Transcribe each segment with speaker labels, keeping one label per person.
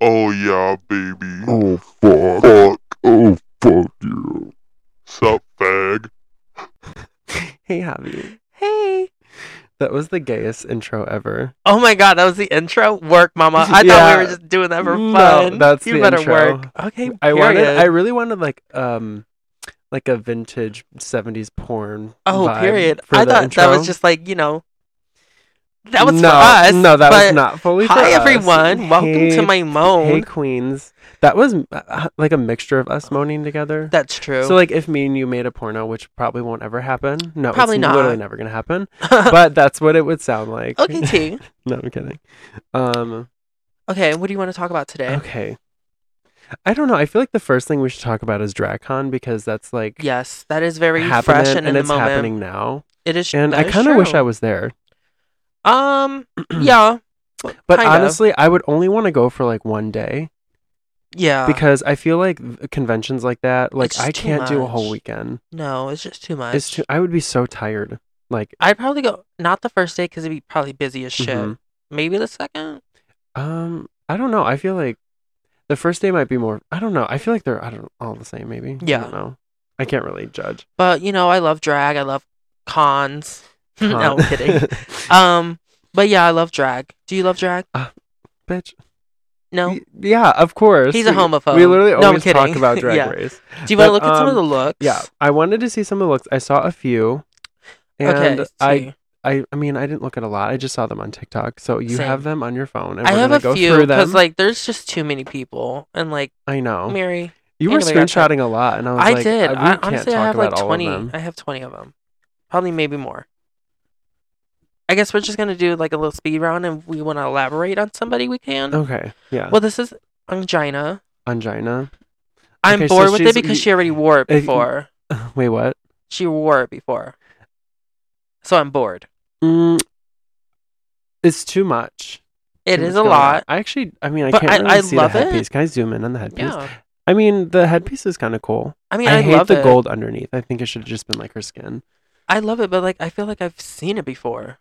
Speaker 1: Oh yeah, baby.
Speaker 2: Oh fuck.
Speaker 1: Fuck.
Speaker 2: Oh fuck you.
Speaker 1: Sup, fag.
Speaker 3: Hey, Javi. Hey. That was the gayest intro ever.
Speaker 4: Oh my god, that was the intro. Work, mama. I
Speaker 3: Yeah.
Speaker 4: thought we were just doing that for
Speaker 3: No,
Speaker 4: fun.
Speaker 3: Mm. that's
Speaker 4: you
Speaker 3: the
Speaker 4: better
Speaker 3: intro.
Speaker 4: work. Okay,
Speaker 3: I wanted.
Speaker 4: period.
Speaker 3: I really wanted like um, like a vintage '70s porn.
Speaker 4: oh,
Speaker 3: vibe
Speaker 4: period.
Speaker 3: for
Speaker 4: I
Speaker 3: the
Speaker 4: thought that
Speaker 3: intro.
Speaker 4: was just like you know. That was
Speaker 3: no,
Speaker 4: for us.
Speaker 3: No, that was
Speaker 4: but
Speaker 3: not fully. for
Speaker 4: Hi
Speaker 3: us.
Speaker 4: everyone. Welcome
Speaker 3: Hey,
Speaker 4: to my
Speaker 3: Hey
Speaker 4: moan.
Speaker 3: Queens. That was uh, uh, like a mixture of us moaning together.
Speaker 4: that's true.
Speaker 3: So like if me and you made a porno, which probably won't ever happen. No,
Speaker 4: Probably
Speaker 3: it's
Speaker 4: not.
Speaker 3: literally never gonna happen. But that's what it would sound like.
Speaker 4: okay, T.
Speaker 3: no, I'm kidding. Um.
Speaker 4: Okay, what do you want to talk about today?
Speaker 3: Okay. I don't know. I feel like the first thing we should talk about is DragCon because that's like
Speaker 4: Yes, that is very
Speaker 3: happening
Speaker 4: fresh and, in the
Speaker 3: it's
Speaker 4: moment.
Speaker 3: happening now.
Speaker 4: It is.
Speaker 3: And I kind of wish I was there.
Speaker 4: Um. yeah.
Speaker 3: But
Speaker 4: Kind of.
Speaker 3: honestly, I would only want to go for like one day
Speaker 4: Yeah.
Speaker 3: because I feel like v- conventions like that, like
Speaker 4: just
Speaker 3: I
Speaker 4: Uh. too
Speaker 3: can't do a whole
Speaker 4: much.
Speaker 3: weekend.
Speaker 4: no, it's just too much.
Speaker 3: It's too, I would be so tired. Like
Speaker 4: I'd probably go not the first day because it'd be probably busy as shit.
Speaker 3: mhm.
Speaker 4: Maybe the second.
Speaker 3: um I don't know. I feel like the first day might be more I don't know. I feel like they're I don't all the same maybe. I
Speaker 4: Yeah.
Speaker 3: don't know. I can't really judge.
Speaker 4: But you know, I love drag. I love cons. no
Speaker 3: Con-
Speaker 4: I'm kidding. um. But yeah, I love drag. Do you love drag?
Speaker 3: Bitch.
Speaker 4: No.
Speaker 3: Y- Yeah, of course.
Speaker 4: He's a
Speaker 3: We-
Speaker 4: homophobe.
Speaker 3: We literally
Speaker 4: No, I'm
Speaker 3: always talk
Speaker 4: kidding.
Speaker 3: about Drag
Speaker 4: Yeah.
Speaker 3: Race.
Speaker 4: Do you want
Speaker 3: but,
Speaker 4: to look at some
Speaker 3: um,
Speaker 4: of the looks?
Speaker 3: Yeah, I wanted to see some of the looks. I saw a few, and
Speaker 4: Okay.
Speaker 3: I,
Speaker 4: see.
Speaker 3: I, I mean, I didn't look at a lot. I just saw them on TikTok. So you
Speaker 4: Same.
Speaker 3: have them on your phone, and
Speaker 4: I
Speaker 3: we're
Speaker 4: have
Speaker 3: gonna go
Speaker 4: a few
Speaker 3: through them.
Speaker 4: because like there's just too many people and like
Speaker 3: I know
Speaker 4: Mary.
Speaker 3: you were
Speaker 4: ain't nobody got
Speaker 3: screenshotting a lot, and I was
Speaker 4: I
Speaker 3: like,
Speaker 4: did.
Speaker 3: we
Speaker 4: I,
Speaker 3: can't
Speaker 4: honestly, I
Speaker 3: talk
Speaker 4: have like
Speaker 3: about all of
Speaker 4: 20.
Speaker 3: them.
Speaker 4: I have 20 of them. Probably maybe more. I guess we're just going to do like a little speed round and if we want to elaborate on somebody we can.
Speaker 3: Okay, Oh, yeah,
Speaker 4: Well, this is Angina.
Speaker 3: angina.
Speaker 4: I'm
Speaker 3: Okay, so
Speaker 4: bored with
Speaker 3: she's- eh,
Speaker 4: it because she already wore it
Speaker 3: if-
Speaker 4: before.
Speaker 3: Wait, what?
Speaker 4: She wore it before. So I'm bored.
Speaker 3: Mm, it's too much.
Speaker 4: It
Speaker 3: Too
Speaker 4: is
Speaker 3: much
Speaker 4: a
Speaker 3: going on.
Speaker 4: lot.
Speaker 3: I actually, I mean, I
Speaker 4: But
Speaker 3: can't
Speaker 4: I-
Speaker 3: really
Speaker 4: I
Speaker 3: see
Speaker 4: love
Speaker 3: the
Speaker 4: it.
Speaker 3: headpiece. Can I zoom in on the headpiece?
Speaker 4: Yeah.
Speaker 3: I mean, the headpiece is kind of cool.
Speaker 4: I mean,
Speaker 3: I,
Speaker 4: I,
Speaker 3: hate
Speaker 4: love
Speaker 3: the
Speaker 4: it.
Speaker 3: gold underneath. I think it should have just been like her skin.
Speaker 4: I love it, but like I feel like I've seen it before.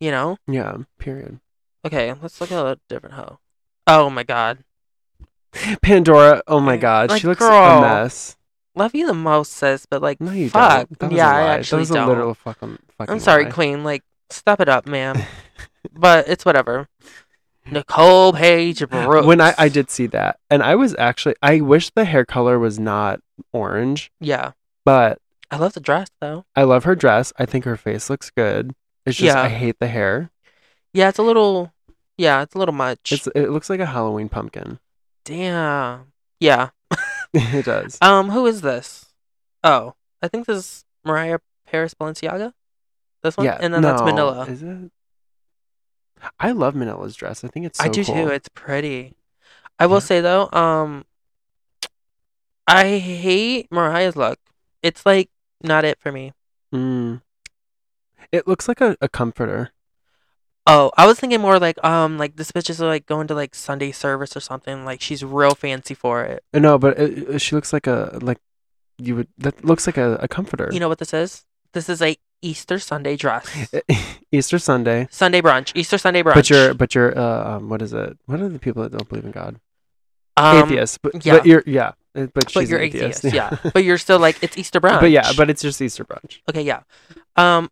Speaker 4: You know?
Speaker 3: Yeah, period.
Speaker 4: Okay, let's look at a different hoe. Oh my god.
Speaker 3: Pandora, oh my
Speaker 4: Yeah,
Speaker 3: god,
Speaker 4: like,
Speaker 3: she looks a
Speaker 4: girl.
Speaker 3: mess.
Speaker 4: Love you the most, sis, but like
Speaker 3: No, you
Speaker 4: fuck.
Speaker 3: don't. That was
Speaker 4: yeah,
Speaker 3: a lie.
Speaker 4: I actually
Speaker 3: that was
Speaker 4: don't.
Speaker 3: a literal fucking. fucking
Speaker 4: I'm sorry,
Speaker 3: lie.
Speaker 4: Queen. Like, step it up, ma'am. but it's whatever. Nicole Page Brooks.
Speaker 3: When I I did see that, and I was actually I wish the hair color was not orange,
Speaker 4: yeah,
Speaker 3: but
Speaker 4: I love the dress though.
Speaker 3: I love her dress. I think her face looks good. It's just
Speaker 4: Yeah.
Speaker 3: I hate the hair.
Speaker 4: Yeah, it's a little. Yeah, it's a little much.
Speaker 3: It's it looks like a Halloween pumpkin.
Speaker 4: Damn. Yeah.
Speaker 3: it does.
Speaker 4: Um, who is this? Oh, I think this is Mariah Paris Balenciaga. This one,
Speaker 3: yeah,
Speaker 4: and then that's
Speaker 3: no,
Speaker 4: Manila.
Speaker 3: Is it? I love Manila's dress. I think it's. So
Speaker 4: I do
Speaker 3: cool.
Speaker 4: too. It's pretty. I will say though, um, I hate Mariah's look. It's like not it for me.
Speaker 3: Mm. It looks like a, a comforter.
Speaker 4: Oh, I was thinking more like um like this bitch is like going to like Sunday service or something. Like she's real fancy for it.
Speaker 3: Uh, No, but it, it- she looks like a like you would that looks like a, a comforter.
Speaker 4: You know what this is? This is a Easter Sunday dress.
Speaker 3: Eh, Easter Sunday.
Speaker 4: Sunday brunch. Easter Sunday brunch.
Speaker 3: But you're but you're uh, um what is it? What are the people that don't believe in God?
Speaker 4: um,
Speaker 3: atheist. But,
Speaker 4: yeah.
Speaker 3: but you're yeah. uh, But she's
Speaker 4: But
Speaker 3: an
Speaker 4: you're
Speaker 3: atheist.
Speaker 4: atheist, yeah. But you're still like it's Easter brunch.
Speaker 3: But yeah, but it's just Easter brunch.
Speaker 4: okay, yeah. Um,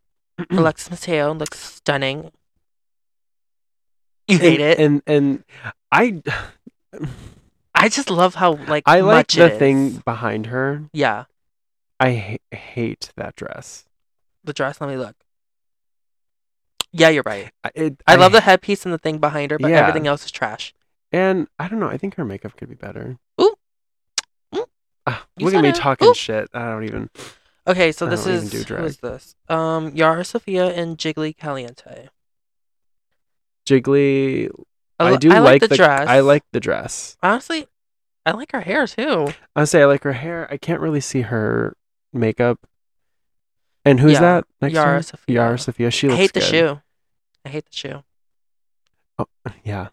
Speaker 4: Alexis Mateo looks stunning. You hate
Speaker 3: and,
Speaker 4: it.
Speaker 3: And and I
Speaker 4: I just love how like
Speaker 3: I like
Speaker 4: much
Speaker 3: the
Speaker 4: it
Speaker 3: thing
Speaker 4: is.
Speaker 3: behind her.
Speaker 4: Yeah,
Speaker 3: I ha- hate that dress.
Speaker 4: the dress. Let me look. Yeah, you're right.
Speaker 3: I, it,
Speaker 4: I, love the headpiece and the thing behind her, but
Speaker 3: Yeah.
Speaker 4: everything else is trash.
Speaker 3: And I don't know. I think her makeup could be better.
Speaker 4: Ooh. Ooh.
Speaker 3: Ah,
Speaker 4: You
Speaker 3: look at
Speaker 4: said
Speaker 3: me
Speaker 4: it.
Speaker 3: talking
Speaker 4: Ooh.
Speaker 3: shit. I don't even.
Speaker 4: Okay, so
Speaker 3: I
Speaker 4: this
Speaker 3: don't even
Speaker 4: is
Speaker 3: do
Speaker 4: who
Speaker 3: drag.
Speaker 4: is this? Um, Yara Sofia and Jiggly Caliente.
Speaker 3: Jiggly. I,
Speaker 4: li-
Speaker 3: do
Speaker 4: I
Speaker 3: like,
Speaker 4: the, dress.
Speaker 3: I like the dress.
Speaker 4: honestly, I like her hair too.
Speaker 3: I say I like her hair. I can't really see her makeup. And who's
Speaker 4: Yeah,
Speaker 3: that next
Speaker 4: Yara
Speaker 3: one?
Speaker 4: Sofia.
Speaker 3: Yara Sophia. She
Speaker 4: I
Speaker 3: looks
Speaker 4: hate the
Speaker 3: good.
Speaker 4: shoe. I hate the shoe.
Speaker 3: Yeah.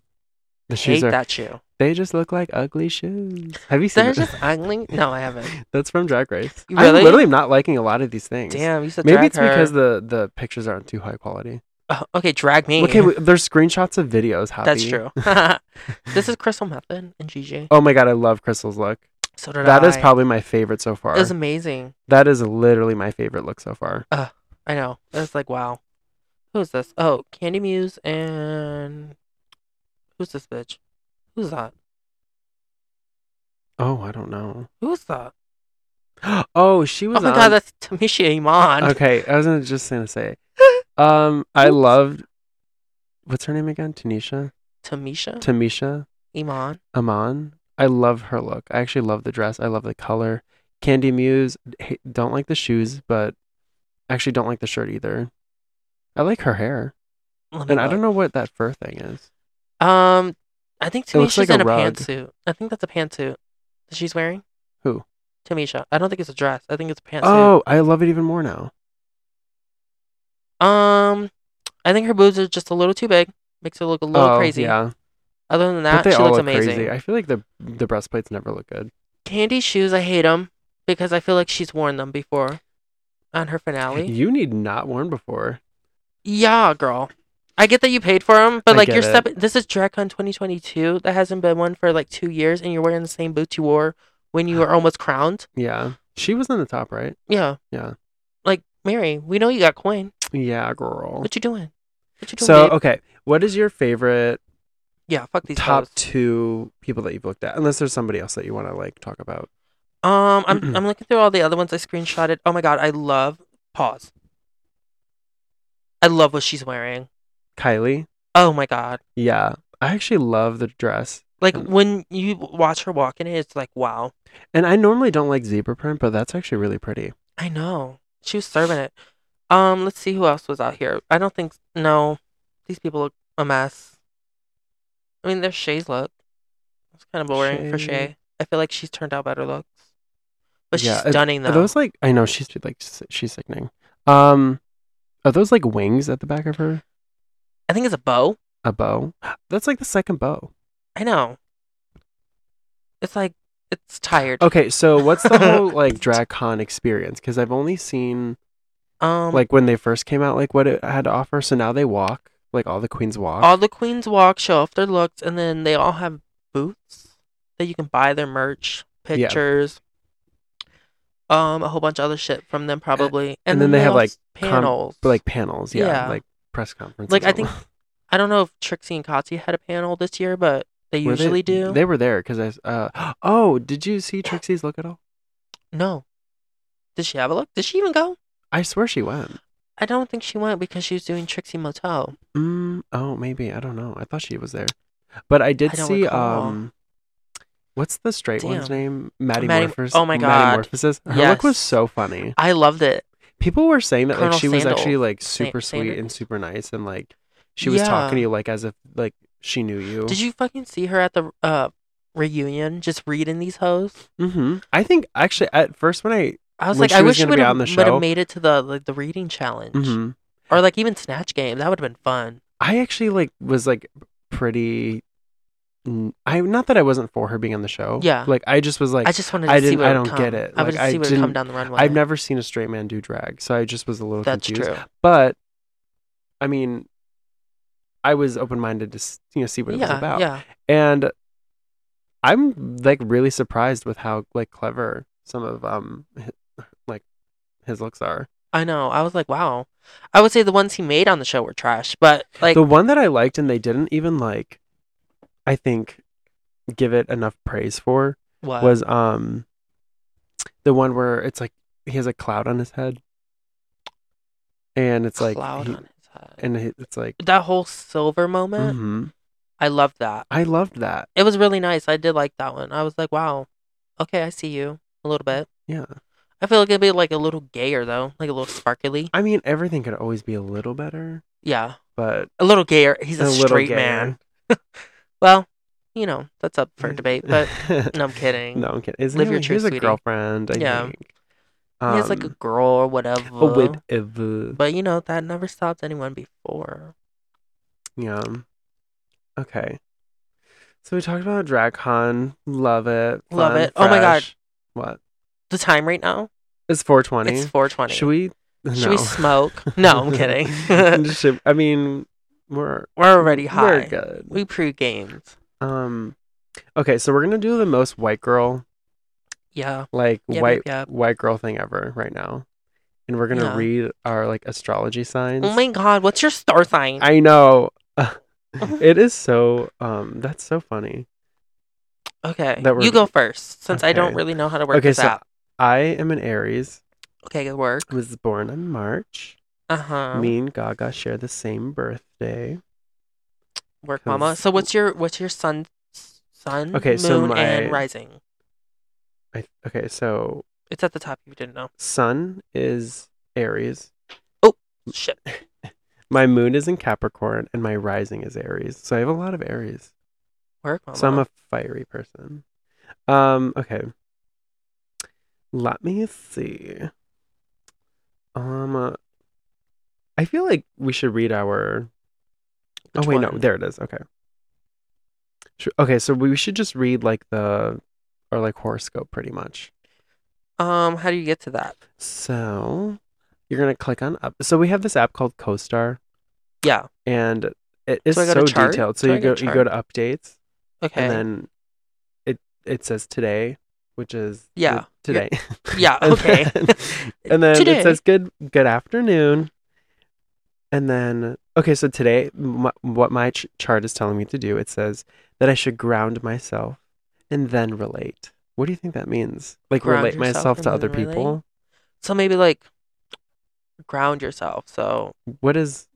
Speaker 3: The shoes
Speaker 4: Hate
Speaker 3: are.
Speaker 4: that shoe.
Speaker 3: They just look like ugly shoes. Have you seen
Speaker 4: They're
Speaker 3: it?
Speaker 4: just ugly. No, I haven't.
Speaker 3: That's from Drag Race.
Speaker 4: You
Speaker 3: I'm
Speaker 4: really?
Speaker 3: literally not liking a lot of these things.
Speaker 4: Damn, you said
Speaker 3: Maybe
Speaker 4: drag
Speaker 3: it's because
Speaker 4: her.
Speaker 3: the the pictures aren't too high quality.
Speaker 4: Oh, okay, drag me.
Speaker 3: Okay, w- there's screenshots of videos. Happy.
Speaker 4: That's true. this is Crystal Method and GG.
Speaker 3: Oh my god, I love Crystal's look.
Speaker 4: So did
Speaker 3: That
Speaker 4: I.
Speaker 3: is probably my favorite so far.
Speaker 4: It was amazing.
Speaker 3: that is literally my favorite look so far.
Speaker 4: I know. It was like, wow. Who's this? Oh, Candy Muse and. Who's this bitch? Who's that?
Speaker 3: Oh, I don't know.
Speaker 4: Who's that?
Speaker 3: Oh, she was.
Speaker 4: Oh my
Speaker 3: on...
Speaker 4: god, that's Tamisha Iman.
Speaker 3: Okay, I was gonna- just gonna say, um, I loved. What's her name again? Tanisha,
Speaker 4: Tamisha
Speaker 3: Tamisha,
Speaker 4: Iman.
Speaker 3: Aman. I love her look. I actually love the dress. I love the color. Candy Muse. ha- Don't like the shoes, but actually don't like the shirt either. I like her hair,
Speaker 4: Let me
Speaker 3: and I
Speaker 4: look.
Speaker 3: don't know what that fur thing is.
Speaker 4: Um, I think
Speaker 3: It looks
Speaker 4: Tamisha's
Speaker 3: like a
Speaker 4: in a,
Speaker 3: rug.
Speaker 4: pantsuit. I think that's a pantsuit that she's wearing.
Speaker 3: Who?
Speaker 4: Tamisha. I don't think it's a dress. I think it's a pantsuit.
Speaker 3: Oh, I love it even more now. Oh.
Speaker 4: Um, I think her boobs are just a little too big. Makes her look a little
Speaker 3: oh,
Speaker 4: crazy.
Speaker 3: Yeah,
Speaker 4: Other
Speaker 3: but
Speaker 4: than that,
Speaker 3: they
Speaker 4: she
Speaker 3: all
Speaker 4: looks
Speaker 3: look
Speaker 4: amazing.
Speaker 3: crazy. I feel like the the breastplates never look good.
Speaker 4: Candy shoes, I hate them because I feel like she's worn them before on her finale.
Speaker 3: You need not worn before.
Speaker 4: Yeah, girl. I get that you paid for them, but
Speaker 3: I
Speaker 4: like
Speaker 3: get
Speaker 4: you're
Speaker 3: it.
Speaker 4: stepping. This is DragCon 2022. That hasn't been one for like two years, and you're wearing the same boots you wore when you were almost crowned.
Speaker 3: Yeah, she was in the top right.
Speaker 4: Yeah.
Speaker 3: Yeah.
Speaker 4: Like Mary, we know you got coin.
Speaker 3: Yeah, girl.
Speaker 4: What you doing? What you doing?
Speaker 3: So
Speaker 4: babe?
Speaker 3: okay, what is your favorite
Speaker 4: yeah, fuck these
Speaker 3: top
Speaker 4: hoes.
Speaker 3: two people that you've looked at? Unless there's somebody else that you want to like talk about.
Speaker 4: Um, I'm I'm looking through all the other ones I screenshotted. Oh my god, I love pause. I love what she's wearing.
Speaker 3: Kylie.
Speaker 4: Oh my god.
Speaker 3: Yeah, I actually love the dress,
Speaker 4: Like
Speaker 3: Mm.
Speaker 4: when you watch her walk in it, it's like wow.
Speaker 3: and I normally don't like zebra print, but that's actually really pretty.
Speaker 4: I know. She was serving it. Um, let's see who else was out here. I don't think no. These people look a mess. I mean there's Shay's look. It's kinda boring for
Speaker 3: Shay.
Speaker 4: Shay. I feel like she's turned out better looks. But
Speaker 3: Yeah,
Speaker 4: she's stunning
Speaker 3: Are
Speaker 4: though.
Speaker 3: those like I know she's like s- she's sickening. Um, are those like wings at the back of her?
Speaker 4: I think it's a bow.
Speaker 3: A bow. That's like the second bow.
Speaker 4: I know. It's like it's tired.
Speaker 3: Okay, so what's the whole like DragCon experience? Because I've only seen
Speaker 4: Um,
Speaker 3: like when they first came out, like what it had to offer. So now they walk, like all the queens walk.
Speaker 4: all the queens walk, show off their looks, and then they all have booths that you can buy their merch,
Speaker 3: Yeah.
Speaker 4: pictures, um, a whole bunch of other shit from them probably,
Speaker 3: and then they have,
Speaker 4: all
Speaker 3: like,
Speaker 4: s-
Speaker 3: com-
Speaker 4: panels.
Speaker 3: But, like panels, yeah,
Speaker 4: Yeah.
Speaker 3: like press conferences.
Speaker 4: Like, I
Speaker 3: and
Speaker 4: think
Speaker 3: all.
Speaker 4: I don't know if Trixie and Katya had a panel this year, but they
Speaker 3: Were
Speaker 4: usually do.
Speaker 3: They were there because I. s- Uh, oh, did you see Trixie's look at all?
Speaker 4: No, did she have a look? Did she even go?
Speaker 3: I swear she went.
Speaker 4: I don't think she went because she was doing Trixie Motel.
Speaker 3: Mm, oh, maybe I don't know. I thought she was there, but I did
Speaker 4: I don't
Speaker 3: see.
Speaker 4: recall.
Speaker 3: Um, what's the straight one's
Speaker 4: Damn.
Speaker 3: name? Maddie,
Speaker 4: Maddie-
Speaker 3: Morphers.
Speaker 4: oh my
Speaker 3: Maddie
Speaker 4: God.
Speaker 3: Morphosis. Her look
Speaker 4: Yes.
Speaker 3: was so funny.
Speaker 4: I loved it.
Speaker 3: People were saying that like
Speaker 4: Colonel
Speaker 3: she was actually
Speaker 4: Sandals.
Speaker 3: like
Speaker 4: Sa-
Speaker 3: super sweet and
Speaker 4: Sanders.
Speaker 3: super nice and like she was
Speaker 4: Yeah.
Speaker 3: talking to you like as if like she knew you.
Speaker 4: Did you fucking see her at the uh reunion just reading these hoes?
Speaker 3: Mm-hmm. I think actually at first when I
Speaker 4: I was
Speaker 3: When
Speaker 4: like,
Speaker 3: she
Speaker 4: I
Speaker 3: was
Speaker 4: wish she
Speaker 3: gonna
Speaker 4: would
Speaker 3: be on the show.
Speaker 4: have made it to the like the reading challenge
Speaker 3: mhm.
Speaker 4: or like even snatch game. That would have been fun.
Speaker 3: I actually like was like pretty. n- I not that I wasn't for her being on the show.
Speaker 4: Yeah.
Speaker 3: Like I just was like
Speaker 4: I just wanted to
Speaker 3: I
Speaker 4: see
Speaker 3: didn't-
Speaker 4: where
Speaker 3: I
Speaker 4: it would
Speaker 3: don't
Speaker 4: come.
Speaker 3: get it.
Speaker 4: I would
Speaker 3: Like, I
Speaker 4: see where it would
Speaker 3: didn't-
Speaker 4: come down the runway.
Speaker 3: I've never seen a straight man do drag, so I just was a little
Speaker 4: That's
Speaker 3: confused.
Speaker 4: true.
Speaker 3: But I mean, I was open minded to s- you know see what it was
Speaker 4: yeah,
Speaker 3: about.
Speaker 4: yeah.
Speaker 3: and i'm like really surprised with how like clever some of um hi- like his looks are
Speaker 4: I know. I was like, wow. I would say the ones he made on the show were trash, but like,
Speaker 3: the one that i liked and they didn't even like i think give it enough praise for
Speaker 4: what?
Speaker 3: was um the one where it's like he has a cloud on his head and it's like
Speaker 4: cloud
Speaker 3: he-
Speaker 4: on his head.
Speaker 3: and he- it's like
Speaker 4: that whole silver moment,
Speaker 3: mhm.
Speaker 4: I loved that.
Speaker 3: i loved that
Speaker 4: It was really nice. I did like that one. I was like, wow. Okay, I see you a little bit.
Speaker 3: yeah
Speaker 4: I feel like it'd be like a little gayer though, like a little sparkly.
Speaker 3: i mean everything could always be a little better
Speaker 4: Yeah,
Speaker 3: but
Speaker 4: a little gayer. He's a,
Speaker 3: little
Speaker 4: straight
Speaker 3: gayer.
Speaker 4: man. Well, you know that's up for debate, but no, I'm kidding.
Speaker 3: No, I'm kidding. Isn't
Speaker 4: Live
Speaker 3: he,
Speaker 4: your
Speaker 3: he's
Speaker 4: truth,
Speaker 3: a
Speaker 4: sweetie.
Speaker 3: girlfriend, I
Speaker 4: Yeah.
Speaker 3: think.
Speaker 4: He has like a
Speaker 3: Um,
Speaker 4: girl or whatever.
Speaker 3: a whip ever.
Speaker 4: But you know that never stopped anyone before.
Speaker 3: Yeah. Okay. So we talked about DragCon. Love it.
Speaker 4: Love
Speaker 3: Fun,
Speaker 4: it. Oh my God.
Speaker 3: fresh. What?
Speaker 4: The time right now,
Speaker 3: It's 420.
Speaker 4: it's 4:20.
Speaker 3: Should we?
Speaker 4: Should we
Speaker 3: No.
Speaker 4: smoke? No, I'm kidding.
Speaker 3: Should- I mean, we're
Speaker 4: We're already
Speaker 3: We're
Speaker 4: high.
Speaker 3: good.
Speaker 4: We pre-gamed.
Speaker 3: um, okay, so we're gonna do the most white girl,
Speaker 4: Yeah.
Speaker 3: like
Speaker 4: Yep,
Speaker 3: white
Speaker 4: yep, yep.
Speaker 3: white girl thing ever right now, and we're gonna
Speaker 4: Yeah.
Speaker 3: read our like astrology signs.
Speaker 4: Oh my god, what's your star sign?
Speaker 3: I know. it is so um that's so funny.
Speaker 4: okay.
Speaker 3: that we're-
Speaker 4: You go first since I don't
Speaker 3: Okay.
Speaker 4: really know how to work
Speaker 3: Okay,
Speaker 4: this
Speaker 3: so-
Speaker 4: out.
Speaker 3: I am an Aries.
Speaker 4: Okay, good work.
Speaker 3: I was born in March.
Speaker 4: Uh-huh.
Speaker 3: Me and Gaga share the same birthday.
Speaker 4: Work mama.
Speaker 3: 'cause-
Speaker 4: So what's your what's your sun sun
Speaker 3: Okay,
Speaker 4: moon
Speaker 3: so
Speaker 4: and
Speaker 3: my-
Speaker 4: rising?
Speaker 3: I, okay, so
Speaker 4: It's at the top if you didn't know.
Speaker 3: Sun is Aries.
Speaker 4: Shit.
Speaker 3: My moon is in Capricorn and my rising is Aries. So I have a lot of Aries.
Speaker 4: Work mama.
Speaker 3: So I'm a fiery person. Um, okay. Let me see. Um, uh, I feel like we should read our.
Speaker 4: Which
Speaker 3: oh wait, no,
Speaker 4: one?
Speaker 3: there it is. Okay. Sh- Okay, so we should just read like the, or like horoscope, pretty much.
Speaker 4: Um, how do you get to that?
Speaker 3: So, you're gonna click on up. So we have this app called CoStar,
Speaker 4: Yeah.
Speaker 3: and it is
Speaker 4: Do I go
Speaker 3: so
Speaker 4: to chart?
Speaker 3: detailed. So
Speaker 4: Do I
Speaker 3: you
Speaker 4: go
Speaker 3: go,
Speaker 4: to
Speaker 3: you go to updates,
Speaker 4: Okay.
Speaker 3: and then it it says today, which is the-
Speaker 4: Yeah. You're-
Speaker 3: today.
Speaker 4: yeah,
Speaker 3: And
Speaker 4: okay.
Speaker 3: then- and then
Speaker 4: Today.
Speaker 3: it says good good afternoon. And then okay, so today m what my ch- chart is telling me to do, it says that I should ground myself and then relate. What do you think that means? Like
Speaker 4: Ground
Speaker 3: relate myself
Speaker 4: yourself and
Speaker 3: to
Speaker 4: then
Speaker 3: other
Speaker 4: relate?
Speaker 3: people?
Speaker 4: So maybe like ground yourself. So
Speaker 3: What does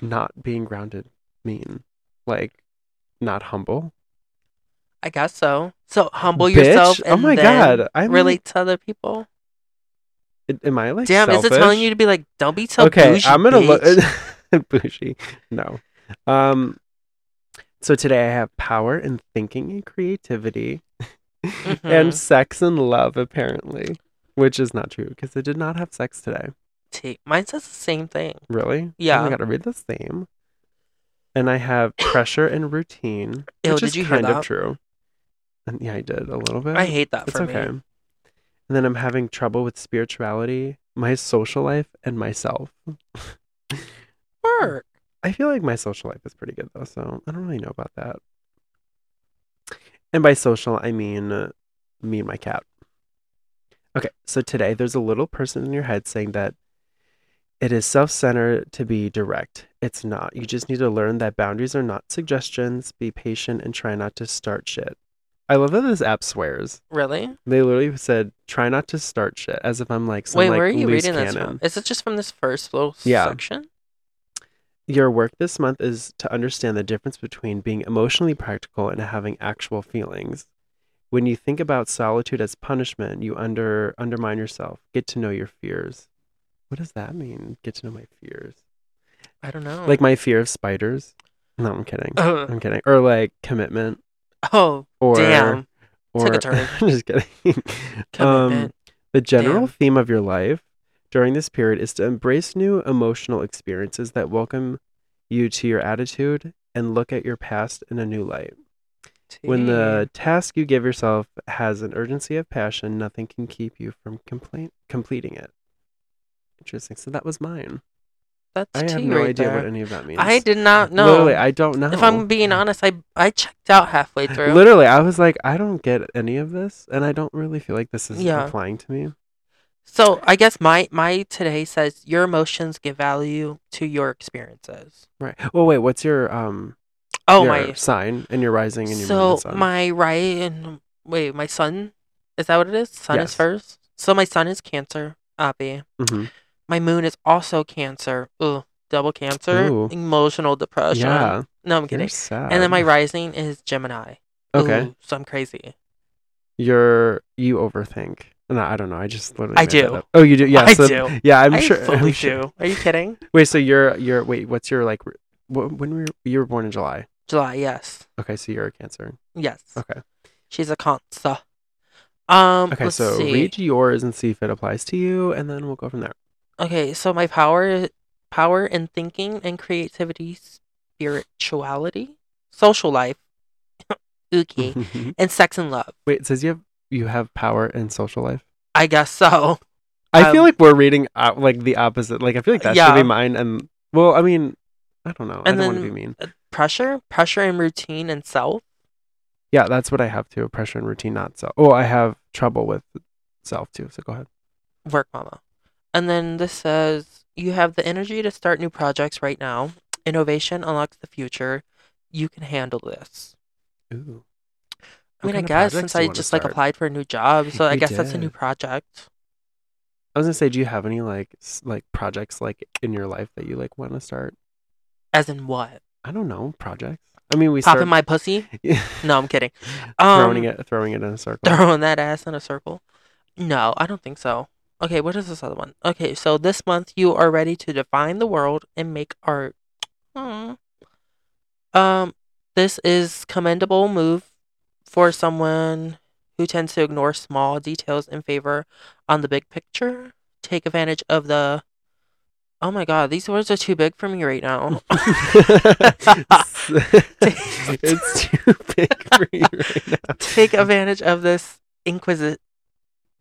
Speaker 3: not being grounded mean? Like not humble?
Speaker 4: I guess so. So humble
Speaker 3: Bitch?
Speaker 4: yourself
Speaker 3: Oh
Speaker 4: and
Speaker 3: my
Speaker 4: then
Speaker 3: God, I'm-
Speaker 4: relate to other people.
Speaker 3: A- Am I like
Speaker 4: Damn,
Speaker 3: selfish?
Speaker 4: is it telling you to be like don't be so
Speaker 3: okay,
Speaker 4: bougie,
Speaker 3: I'm gonna
Speaker 4: bitch.
Speaker 3: look bougie. No. Um so today I have power in thinking and creativity and
Speaker 4: Mhm.
Speaker 3: sex and love apparently, which is not true because I did not have sex today.
Speaker 4: T- Mine says the same thing.
Speaker 3: Really?
Speaker 4: Yeah.
Speaker 3: I got to read the same. And I have pressure and routine,
Speaker 4: Ew,
Speaker 3: which
Speaker 4: did
Speaker 3: is
Speaker 4: you hear
Speaker 3: kind
Speaker 4: that?
Speaker 3: of true. And yeah, I did a little bit.
Speaker 4: I hate that
Speaker 3: Uh, It's
Speaker 4: for
Speaker 3: okay.
Speaker 4: me.
Speaker 3: And then I'm having trouble with spirituality, my social life, and myself.
Speaker 4: Work.
Speaker 3: I feel like my social life is pretty good though, so I don't really know about that. And by social, I mean uh, me and my cat. Okay, so today there's a little person in your head saying that it is self centered to be direct. It's not. You just need to learn that boundaries are not suggestions, be patient, and try not to start shit. I love that this app swears.
Speaker 4: Really?
Speaker 3: They literally said, try not to start shit, as if I'm like some
Speaker 4: Wait,
Speaker 3: like,
Speaker 4: where are you
Speaker 3: loose
Speaker 4: reading
Speaker 3: cannon.
Speaker 4: this from? Is it just from this first little
Speaker 3: Yeah.
Speaker 4: section?
Speaker 3: Your work this month is to understand the difference between being emotionally practical and having actual feelings. When you think about solitude as punishment, you under undermine yourself. Get to know your fears. What does that mean? Get to know my fears.
Speaker 4: I don't know.
Speaker 3: Like my fear of spiders. No, I'm kidding.
Speaker 4: Ugh.
Speaker 3: I'm kidding. Or like commitment.
Speaker 4: oh
Speaker 3: Or
Speaker 4: damn.
Speaker 3: or um,
Speaker 4: Took a turn.
Speaker 3: I'm just kidding.
Speaker 4: Commitment.
Speaker 3: The general
Speaker 4: Damn.
Speaker 3: theme of your life during this period is to embrace new emotional experiences that welcome you to your attitude and look at your past in a new light. When the task you give yourself has an urgency of passion, nothing can keep you from complain- completing it. Interesting. So that was mine.
Speaker 4: That's
Speaker 3: I have
Speaker 4: tea
Speaker 3: no
Speaker 4: right
Speaker 3: idea
Speaker 4: there.
Speaker 3: what any of that means.
Speaker 4: I did not know.
Speaker 3: Literally, I don't know.
Speaker 4: If I'm being honest, I I checked out halfway through.
Speaker 3: Literally, I was like, I don't get any of this, and I don't really feel like this is
Speaker 4: Yeah.
Speaker 3: applying to me.
Speaker 4: So I guess my my today says your emotions give value to your experiences.
Speaker 3: Right. Well, wait. What's your um?
Speaker 4: Oh
Speaker 3: your
Speaker 4: my!
Speaker 3: sign and your rising and your moon
Speaker 4: So
Speaker 3: and sun.
Speaker 4: my right and wait, my sun is that what it is? Sun is
Speaker 3: Yes.
Speaker 4: first. So my sun is Cancer, Abby.
Speaker 3: Mhm.
Speaker 4: My moon is also Cancer. Ugh, double Cancer,
Speaker 3: Ooh.
Speaker 4: emotional depression.
Speaker 3: yeah,
Speaker 4: No, Oh, I'm
Speaker 3: you're
Speaker 4: kidding.
Speaker 3: sad.
Speaker 4: And then my rising is Gemini.
Speaker 3: Um, okay,
Speaker 4: Ooh, so I'm crazy.
Speaker 3: you're you overthink. No, I don't know. I just literally
Speaker 4: I
Speaker 3: made that
Speaker 4: do.
Speaker 3: up. Oh, you do? Yeah,
Speaker 4: I
Speaker 3: so-
Speaker 4: do.
Speaker 3: Yeah, I'm
Speaker 4: i
Speaker 3: sure.
Speaker 4: fully
Speaker 3: I'm sure-
Speaker 4: do. Are you kidding?
Speaker 3: Wait, so you're you're wait. What's your like? r- wh- When were you, you were born in July?
Speaker 4: July, yes,
Speaker 3: Okay, so you're a Cancer.
Speaker 4: yes.
Speaker 3: Okay,
Speaker 4: She's a Cancer. Um,
Speaker 3: okay.
Speaker 4: let's
Speaker 3: so
Speaker 4: see.
Speaker 3: read yours and see if it applies to you, and then we'll go from there.
Speaker 4: Okay, so my power power in thinking and creativity, spirituality, social life,
Speaker 3: Mm-hmm.
Speaker 4: okay, and sex and love.
Speaker 3: wait, it says you have you have power in social life.
Speaker 4: I guess so.
Speaker 3: I
Speaker 4: I-
Speaker 3: feel like we're reading uh, like the opposite. Like I feel like that should
Speaker 4: Um, Yeah.
Speaker 3: be mine. And well, I mean, I don't know. I
Speaker 4: And
Speaker 3: don't want to
Speaker 4: then-
Speaker 3: be mean.
Speaker 4: Pressure, pressure and routine and self.
Speaker 3: Yeah, that's what I have too. Pressure and routine, not self. Oh, I have trouble with self too. So go ahead.
Speaker 4: Work mama. And then this says you have the energy to start new projects right now. Innovation unlocks the future. You can handle this.
Speaker 3: Ooh.
Speaker 4: I
Speaker 3: What kind
Speaker 4: mean, I
Speaker 3: of projects
Speaker 4: guess since
Speaker 3: do you
Speaker 4: I
Speaker 3: wanna
Speaker 4: just like
Speaker 3: start?
Speaker 4: applied for a new job, so I
Speaker 3: You
Speaker 4: guess that's a new
Speaker 3: did.
Speaker 4: project.
Speaker 3: I was gonna say, do you have any like s- like projects like in your life that you like want to start?
Speaker 4: As in what?
Speaker 3: I don't know projects. I mean, we
Speaker 4: Popping
Speaker 3: start
Speaker 4: my pussy? No, I'm kidding. Um,
Speaker 3: throwing it throwing it in a circle.
Speaker 4: throwing that ass in a circle? No, I don't think so. Okay, what is this other one? Okay, so this month you are ready to define the world and make art. Aw. Um, this is commendable move for someone who tends to ignore small details in favor on the big picture. Take advantage of the. Oh my God, these words are too big for me right now.
Speaker 3: it's too big for you right now.
Speaker 4: Take advantage of this inquisit,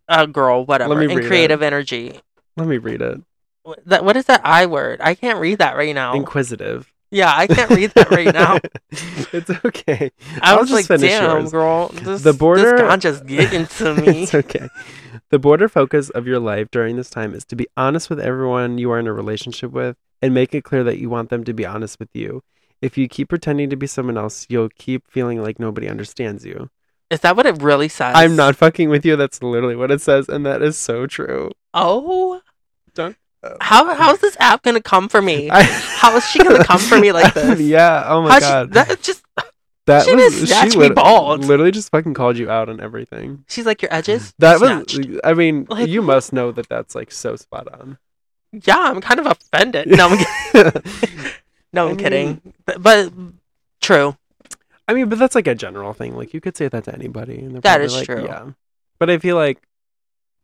Speaker 4: uh, girl, whatever,
Speaker 3: me
Speaker 4: and
Speaker 3: read it.
Speaker 4: creative energy.
Speaker 3: Let me read it.
Speaker 4: Wh- that what is that I word? I can't read that right now.
Speaker 3: Inquisitive.
Speaker 4: yeah, I can't read that right now.
Speaker 3: it's okay.
Speaker 4: I
Speaker 3: I'll
Speaker 4: was
Speaker 3: just
Speaker 4: like,
Speaker 3: finish
Speaker 4: damn,
Speaker 3: yours.
Speaker 4: girl, this
Speaker 3: The border-
Speaker 4: this just getting to me.
Speaker 3: it's okay. The border focus of your life during this time is to be honest with everyone you are in a relationship with and make it clear that you want them to be honest with you. If you keep pretending to be someone else, you'll keep feeling like nobody understands you.
Speaker 4: Is that what it really says?
Speaker 3: I'm not fucking with you. That's literally what it says, and that is so true.
Speaker 4: Oh,
Speaker 3: Don't- uh,
Speaker 4: How how's this app gonna come for me?
Speaker 3: I-
Speaker 4: How is she gonna come for me like this?
Speaker 3: yeah. Oh my
Speaker 4: How's
Speaker 3: god.
Speaker 4: She, that just
Speaker 3: That
Speaker 4: She
Speaker 3: was
Speaker 4: just snatched
Speaker 3: she
Speaker 4: me
Speaker 3: lit-
Speaker 4: bald.
Speaker 3: Literally just fucking called you out on everything.
Speaker 4: she's like your edges.
Speaker 3: That
Speaker 4: snatched.
Speaker 3: was, I mean,
Speaker 4: Like-
Speaker 3: you must know that that's like so spot on.
Speaker 4: yeah. I'm kind of offended. No, I'm, kid- no,
Speaker 3: I
Speaker 4: I'm kidding. But, but true.
Speaker 3: I mean, but that's like a general thing. Like you could say that to anybody, and they're
Speaker 4: That
Speaker 3: probably
Speaker 4: is
Speaker 3: like,
Speaker 4: true.
Speaker 3: Yeah, but I feel like,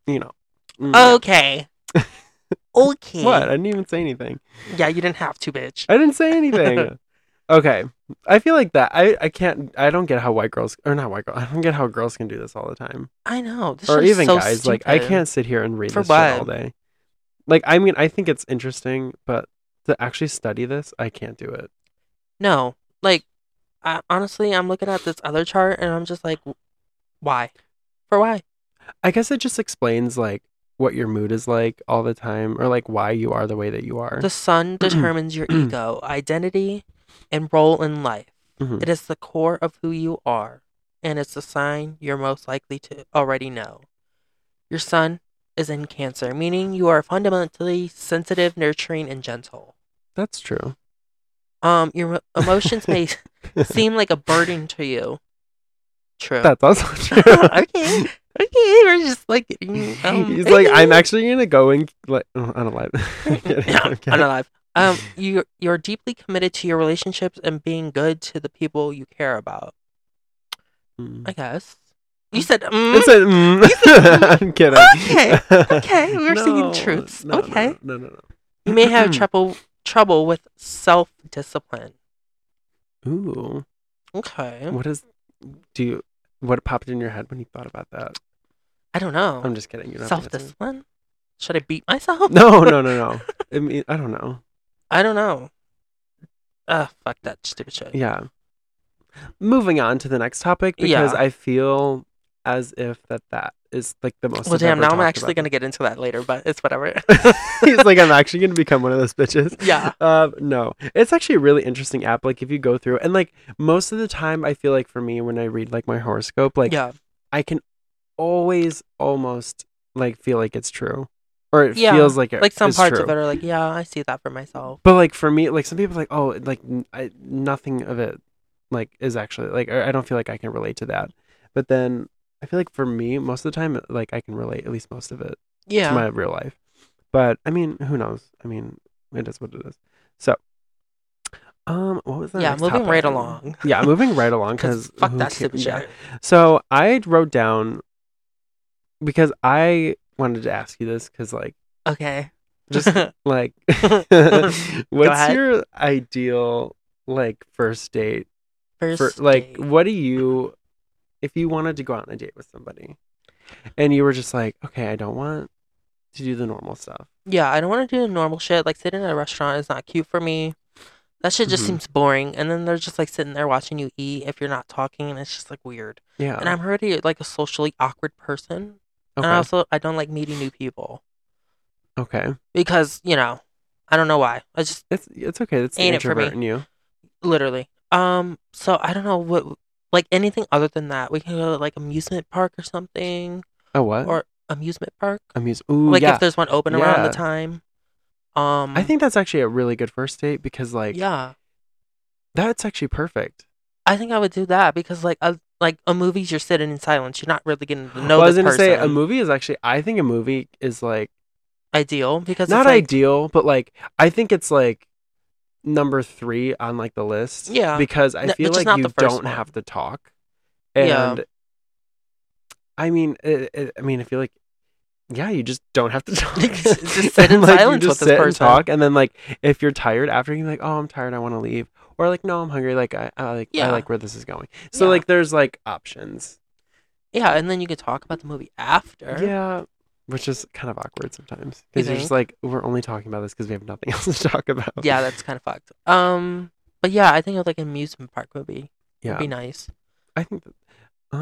Speaker 3: you know, mm,
Speaker 4: Okay. okay.
Speaker 3: what? I didn't even say anything.
Speaker 4: Yeah, you didn't have to, bitch.
Speaker 3: I didn't say anything. okay, I feel like that. I I can't. I don't get how white girls or not white girls. I don't get how girls can do this all the time.
Speaker 4: I know. This
Speaker 3: or
Speaker 4: shit is
Speaker 3: even
Speaker 4: so
Speaker 3: guys like i
Speaker 4: stupid.
Speaker 3: can't sit here and read
Speaker 4: For
Speaker 3: this shit all
Speaker 4: what?
Speaker 3: day like i mean i think it's interesting but to actually study this i can't do it
Speaker 4: No, like, I, honestly, I'm looking at this other chart and I'm just like, w- why? For why?
Speaker 3: i guess it just explains like what your mood is like all the time or like why you are the way that you are
Speaker 4: The sun determines your ego, identity, and role in life.
Speaker 3: Mhm.
Speaker 4: It is the core of who you are, and it's a sign you're most likely to already know. Your sun is in Cancer, meaning you are fundamentally sensitive, nurturing, and gentle.
Speaker 3: that's true
Speaker 4: Um, your mo- emotions may seem like a burden to you. True.
Speaker 3: that's also true
Speaker 4: okay. Okay, we're just like getting, um,
Speaker 3: he's like i'm
Speaker 4: okay. actually
Speaker 3: actually gonna go and like oh, i don't lie I'm kidding, I'm
Speaker 4: I'm
Speaker 3: kidding.
Speaker 4: alive. Um, you you're deeply committed to your relationships and being good to the people you care about.
Speaker 3: Mm.
Speaker 4: I guess you said mm,
Speaker 3: It's a, mm. I'm kidding.
Speaker 4: Okay, okay, we were singing truths.
Speaker 3: no, no,
Speaker 4: Okay.
Speaker 3: No, no, no.
Speaker 4: you may have trouble trouble with self discipline.
Speaker 3: Ooh.
Speaker 4: Okay,
Speaker 3: What is do you what popped in your head when you thought about that?
Speaker 4: I don't know.
Speaker 3: I'm just kidding. You don't have
Speaker 4: self
Speaker 3: to answer.
Speaker 4: discipline. Should I beat myself?
Speaker 3: No, no, no, no. I mean, I don't know.
Speaker 4: I don't know. Uh, fuck that stupid shit.
Speaker 3: Yeah. Moving on to the next topic because
Speaker 4: Yeah.
Speaker 3: I feel as if that that is like the most.
Speaker 4: Well, damn. Now I'm actually gonna get into that later, but it's whatever.
Speaker 3: He's like, I'm actually gonna become one of those bitches.
Speaker 4: yeah.
Speaker 3: Um, no, it's actually a really interesting app. Like, if you go through and like most of the time, I feel like for me when I read like my horoscope, like
Speaker 4: yeah.
Speaker 3: I can always almost like feel like it's true, or it
Speaker 4: Yeah,
Speaker 3: feels like it
Speaker 4: Like some
Speaker 3: is
Speaker 4: parts
Speaker 3: true.
Speaker 4: of it are like, yeah, I see that for myself.
Speaker 3: But like for me, like some people are like oh like n- I, nothing of it like is actually like I I don't feel like I can relate to that. But then I feel like for me, most of the time, like I can relate at least most of it
Speaker 4: Yeah.
Speaker 3: to my real life. But I mean, who knows? I mean, it is what it is. So, um, what was that?
Speaker 4: yeah,
Speaker 3: next
Speaker 4: moving
Speaker 3: topic?
Speaker 4: right along.
Speaker 3: Yeah, moving right along
Speaker 4: Because
Speaker 3: because
Speaker 4: fuck that stupid shit.
Speaker 3: so I wrote down because I wanted to ask you this because like
Speaker 4: Okay.
Speaker 3: just like what's
Speaker 4: ahead.
Speaker 3: your ideal like first date?
Speaker 4: First,
Speaker 3: For, like
Speaker 4: date.
Speaker 3: what do you if you wanted to go out on a date with somebody and you were just like, okay, I don't want to do the normal stuff.
Speaker 4: Yeah, I don't want to do the normal shit. Like sitting at a restaurant is not cute for me. That shit just
Speaker 3: Mhm.
Speaker 4: seems boring. And then they're just like sitting there watching you eat if you're not talking, and it's just like weird.
Speaker 3: Yeah.
Speaker 4: And I'm already like a socially awkward person, and
Speaker 3: okay.
Speaker 4: I also I don't like meeting new people
Speaker 3: okay.
Speaker 4: because you know I don't know why. I just
Speaker 3: It's it's okay. That's the
Speaker 4: Ain't it for me.
Speaker 3: introvert in you.
Speaker 4: literally. Um, so I don't know what like anything other than that. We can go to like amusement park or something
Speaker 3: Oh what?
Speaker 4: or amusement park.
Speaker 3: I'm using. Ooh
Speaker 4: like
Speaker 3: yeah.
Speaker 4: if there's one open around the
Speaker 3: Yeah.
Speaker 4: time. Um,
Speaker 3: I think that's actually a really good first date because like
Speaker 4: yeah.
Speaker 3: that's actually perfect.
Speaker 4: I think I would do that because like a like a movies you're sitting in silence. You're not really getting to know
Speaker 3: well, I was
Speaker 4: this
Speaker 3: gonna
Speaker 4: person.
Speaker 3: say a movie is actually. I think a movie is like
Speaker 4: ideal because
Speaker 3: not
Speaker 4: it's like,
Speaker 3: ideal, but like I think it's like number three on like the list.
Speaker 4: Yeah.
Speaker 3: because I
Speaker 4: N-
Speaker 3: feel
Speaker 4: which is
Speaker 3: like
Speaker 4: not
Speaker 3: you
Speaker 4: the first
Speaker 3: don't
Speaker 4: one.
Speaker 3: have to talk.
Speaker 4: Yeah.
Speaker 3: And I mean, it, it- I mean, I feel like yeah, you just don't have to talk.
Speaker 4: Just sit in
Speaker 3: And, like, you
Speaker 4: silence
Speaker 3: just
Speaker 4: with this
Speaker 3: sit and
Speaker 4: person.
Speaker 3: talk, and then like if you're tired after, you're like, oh, I'm tired, I want to leave, or like, no, I'm hungry, like I, I like I
Speaker 4: Yeah.
Speaker 3: like where this is going. So
Speaker 4: Yeah.
Speaker 3: like, there's like options.
Speaker 4: yeah, and then you could talk about the movie after.
Speaker 3: Yeah. Which is kind of awkward sometimes
Speaker 4: You
Speaker 3: because you are just like we're only talking about this because we have nothing else to talk about.
Speaker 4: Yeah, that's kind of fucked. Um, but yeah, I think it was like an amusement park movie
Speaker 3: yeah.
Speaker 4: would be nice.
Speaker 3: I think that,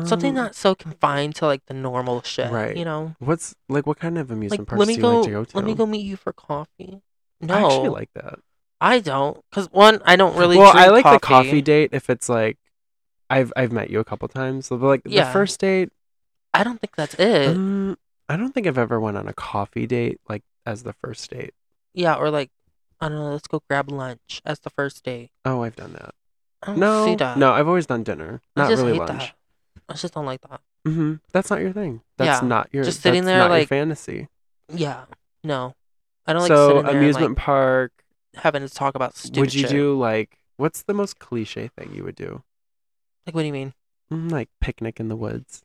Speaker 4: Something
Speaker 3: um,
Speaker 4: not so confined to like the normal shit.
Speaker 3: Right.
Speaker 4: You know,
Speaker 3: What's like what kind of amusement
Speaker 4: like
Speaker 3: parks
Speaker 4: let me
Speaker 3: do you
Speaker 4: go,
Speaker 3: like to go to?
Speaker 4: Let me go meet you for coffee. No,
Speaker 3: I actually like that.
Speaker 4: I don't, cause one, I don't really.
Speaker 3: well, I
Speaker 4: drink
Speaker 3: like the coffee date if it's like I've I've met you a couple times, but like the
Speaker 4: Yeah.
Speaker 3: first date,
Speaker 4: I don't think that's it.
Speaker 3: um, I don't think I've ever went on a coffee date like as the first date.
Speaker 4: Yeah, or like, I don't know. Let's go grab lunch as the first date.
Speaker 3: Oh, I've done that.
Speaker 4: I don't
Speaker 3: No,
Speaker 4: see that.
Speaker 3: no, I've always done dinner,
Speaker 4: I
Speaker 3: not
Speaker 4: just
Speaker 3: really
Speaker 4: hate
Speaker 3: lunch.
Speaker 4: That. I just don't like that.
Speaker 3: hmm That's not your thing. That's
Speaker 4: Yeah.
Speaker 3: not your.
Speaker 4: Just sitting
Speaker 3: that's
Speaker 4: there,
Speaker 3: not your
Speaker 4: like,
Speaker 3: fantasy.
Speaker 4: Yeah. No. I don't like
Speaker 3: so
Speaker 4: sitting there
Speaker 3: amusement
Speaker 4: and, like,
Speaker 3: park.
Speaker 4: having to talk about stupid
Speaker 3: Would you
Speaker 4: shit.
Speaker 3: do like what's the most cliche thing you would do?
Speaker 4: like what do you mean?
Speaker 3: Mm, like picnic in the woods.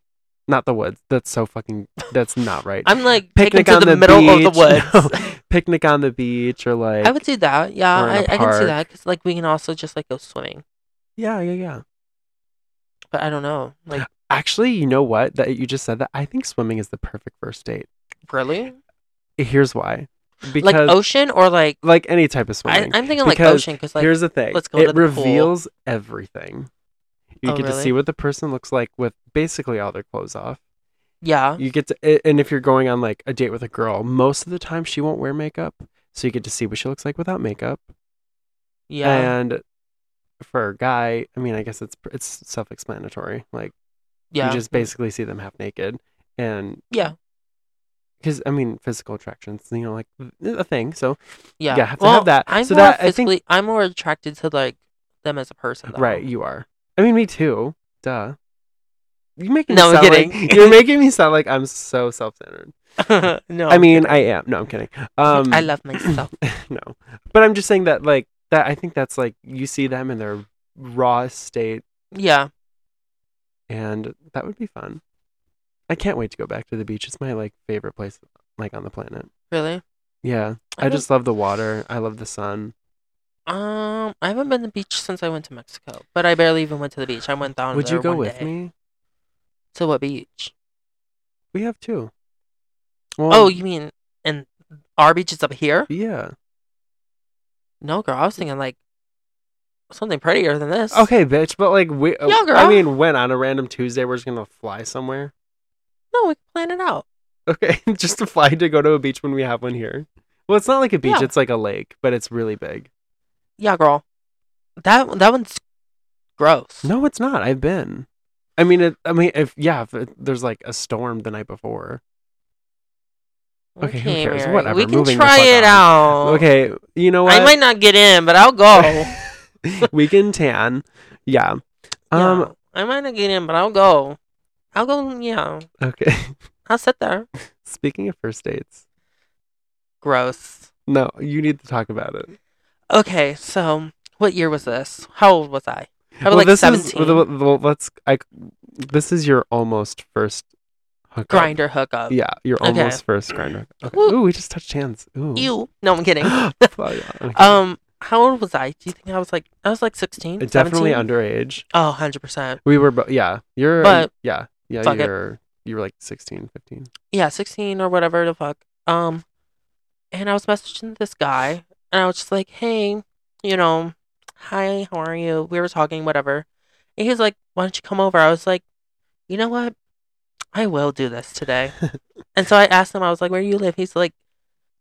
Speaker 3: Not the woods. That's so fucking. That's not right.
Speaker 4: I'm like picnic to the, middle of the
Speaker 3: beach.
Speaker 4: woods.
Speaker 3: No. Picnic on the beach or like.
Speaker 4: I would do that. Yeah,
Speaker 3: or in a
Speaker 4: I, I can see
Speaker 3: park.
Speaker 4: that because like we can also just like go swimming,
Speaker 3: Yeah, yeah, yeah.
Speaker 4: but I don't know. Like
Speaker 3: Actually, you know what? That you just said that. I think swimming is the perfect first date.
Speaker 4: really,
Speaker 3: Here's why. Because
Speaker 4: like
Speaker 3: like,
Speaker 4: ocean or like
Speaker 3: any type of
Speaker 4: I,
Speaker 3: swimming.
Speaker 4: I'm thinking like
Speaker 3: Because
Speaker 4: ocean because like
Speaker 3: Here's the thing.
Speaker 4: let's go
Speaker 3: it
Speaker 4: to the pool.
Speaker 3: reveals everything. You
Speaker 4: Oh,
Speaker 3: get to
Speaker 4: really?
Speaker 3: see what the person looks like with basically all their clothes off.
Speaker 4: yeah,
Speaker 3: You get to, a- and if you're going on like a date with a girl, most of the time she won't wear makeup, so you get to see what she looks like without makeup.
Speaker 4: yeah,
Speaker 3: And for a guy, I mean, I guess it's it's self-explanatory. Like
Speaker 4: yeah,
Speaker 3: you just basically see them half naked, and
Speaker 4: Yeah.
Speaker 3: because I mean, physical attraction's you know like a thing. So
Speaker 4: yeah.
Speaker 3: yeah, have to
Speaker 4: well,
Speaker 3: have that.
Speaker 4: I'm
Speaker 3: So
Speaker 4: more
Speaker 3: that- I think-
Speaker 4: physically, I'm more attracted to like them as a person. Though.
Speaker 3: right, you are. I mean, me too. Duh. You're making
Speaker 4: No,
Speaker 3: me
Speaker 4: I'm
Speaker 3: sound
Speaker 4: kidding.
Speaker 3: like, you're making me sound like I'm so self-centered.
Speaker 4: no,
Speaker 3: I mean, I am. No, I'm kidding. Um,
Speaker 4: I love myself.
Speaker 3: no, but I'm just saying that like that. I think that's like you see them in their raw state,
Speaker 4: yeah,
Speaker 3: and that would be fun. I can't wait to go back to the beach. It's my like favorite place, like on the planet.
Speaker 4: really.
Speaker 3: Yeah,
Speaker 4: I
Speaker 3: I
Speaker 4: don't-
Speaker 3: just love the water. I love the sun,
Speaker 4: Um, I haven't been to the beach since I went to Mexico, but I barely even went to the beach. I went down.
Speaker 3: Would you
Speaker 4: there
Speaker 3: go
Speaker 4: one
Speaker 3: with
Speaker 4: day.
Speaker 3: me?
Speaker 4: To what beach?
Speaker 3: We have two. Well,
Speaker 4: Oh, you mean and our beach is up here?
Speaker 3: yeah.
Speaker 4: No, girl, I was thinking like something prettier than this.
Speaker 3: Okay, bitch. But like we, uh,
Speaker 4: Yeah,
Speaker 3: I
Speaker 4: girl.
Speaker 3: mean, when on a random Tuesday we're just gonna fly somewhere.
Speaker 4: No, we can plan it out.
Speaker 3: Okay, just to fly to go to a beach when we have one here. Well, it's not like a beach;
Speaker 4: Yeah.
Speaker 3: it's like a lake, but it's really big.
Speaker 4: Yeah, girl. That that one's gross.
Speaker 3: No, it's not. I've been. I mean, it, I mean, if yeah, if it, there's like a storm the night before. okay, who cares?
Speaker 4: Mary,
Speaker 3: Whatever,
Speaker 4: We can
Speaker 3: moving the
Speaker 4: try
Speaker 3: fuck
Speaker 4: it
Speaker 3: on.
Speaker 4: out.
Speaker 3: Okay, you know what?
Speaker 4: Oh.
Speaker 3: Oh.
Speaker 4: I might not get in, but I'll go.
Speaker 3: we can tan. Yeah. Um.
Speaker 4: Yeah, I might not get in, but I'll go. I'll go. Yeah,
Speaker 3: Okay.
Speaker 4: I'll sit there.
Speaker 3: Speaking of first dates,
Speaker 4: Gross.
Speaker 3: no, you need to talk about it.
Speaker 4: Okay, so what year was this? How old was I? I was like
Speaker 3: this is
Speaker 4: seventeen.
Speaker 3: well, well, well, let's. I. This is your almost first. Hookup.
Speaker 4: Grinder hookup.
Speaker 3: Yeah, your
Speaker 4: Okay.
Speaker 3: almost first grinder. Okay.
Speaker 4: Woo.
Speaker 3: Ooh, we just touched hands. Ooh.
Speaker 4: You? No, I'm kidding.
Speaker 3: Fuck, okay.
Speaker 4: Um, how old was I? Do you think I was like I was like 16,
Speaker 3: Definitely
Speaker 4: 17?
Speaker 3: underage.
Speaker 4: Oh, 100 percent.
Speaker 3: We were both, yeah. You're,
Speaker 4: But-
Speaker 3: yeah, yeah,
Speaker 4: Fuck it.
Speaker 3: you're, you were like 16, 15.
Speaker 4: Yeah, sixteen or whatever the fuck. Um, and I was messaging this guy, and I was just like, "Hey, you know, hi, how are you?" We were talking, whatever. And he was like, "Why don't you come over?" I was like, "You know what? I will do this today." and so I asked him. I was like, "Where do you live?" He's like,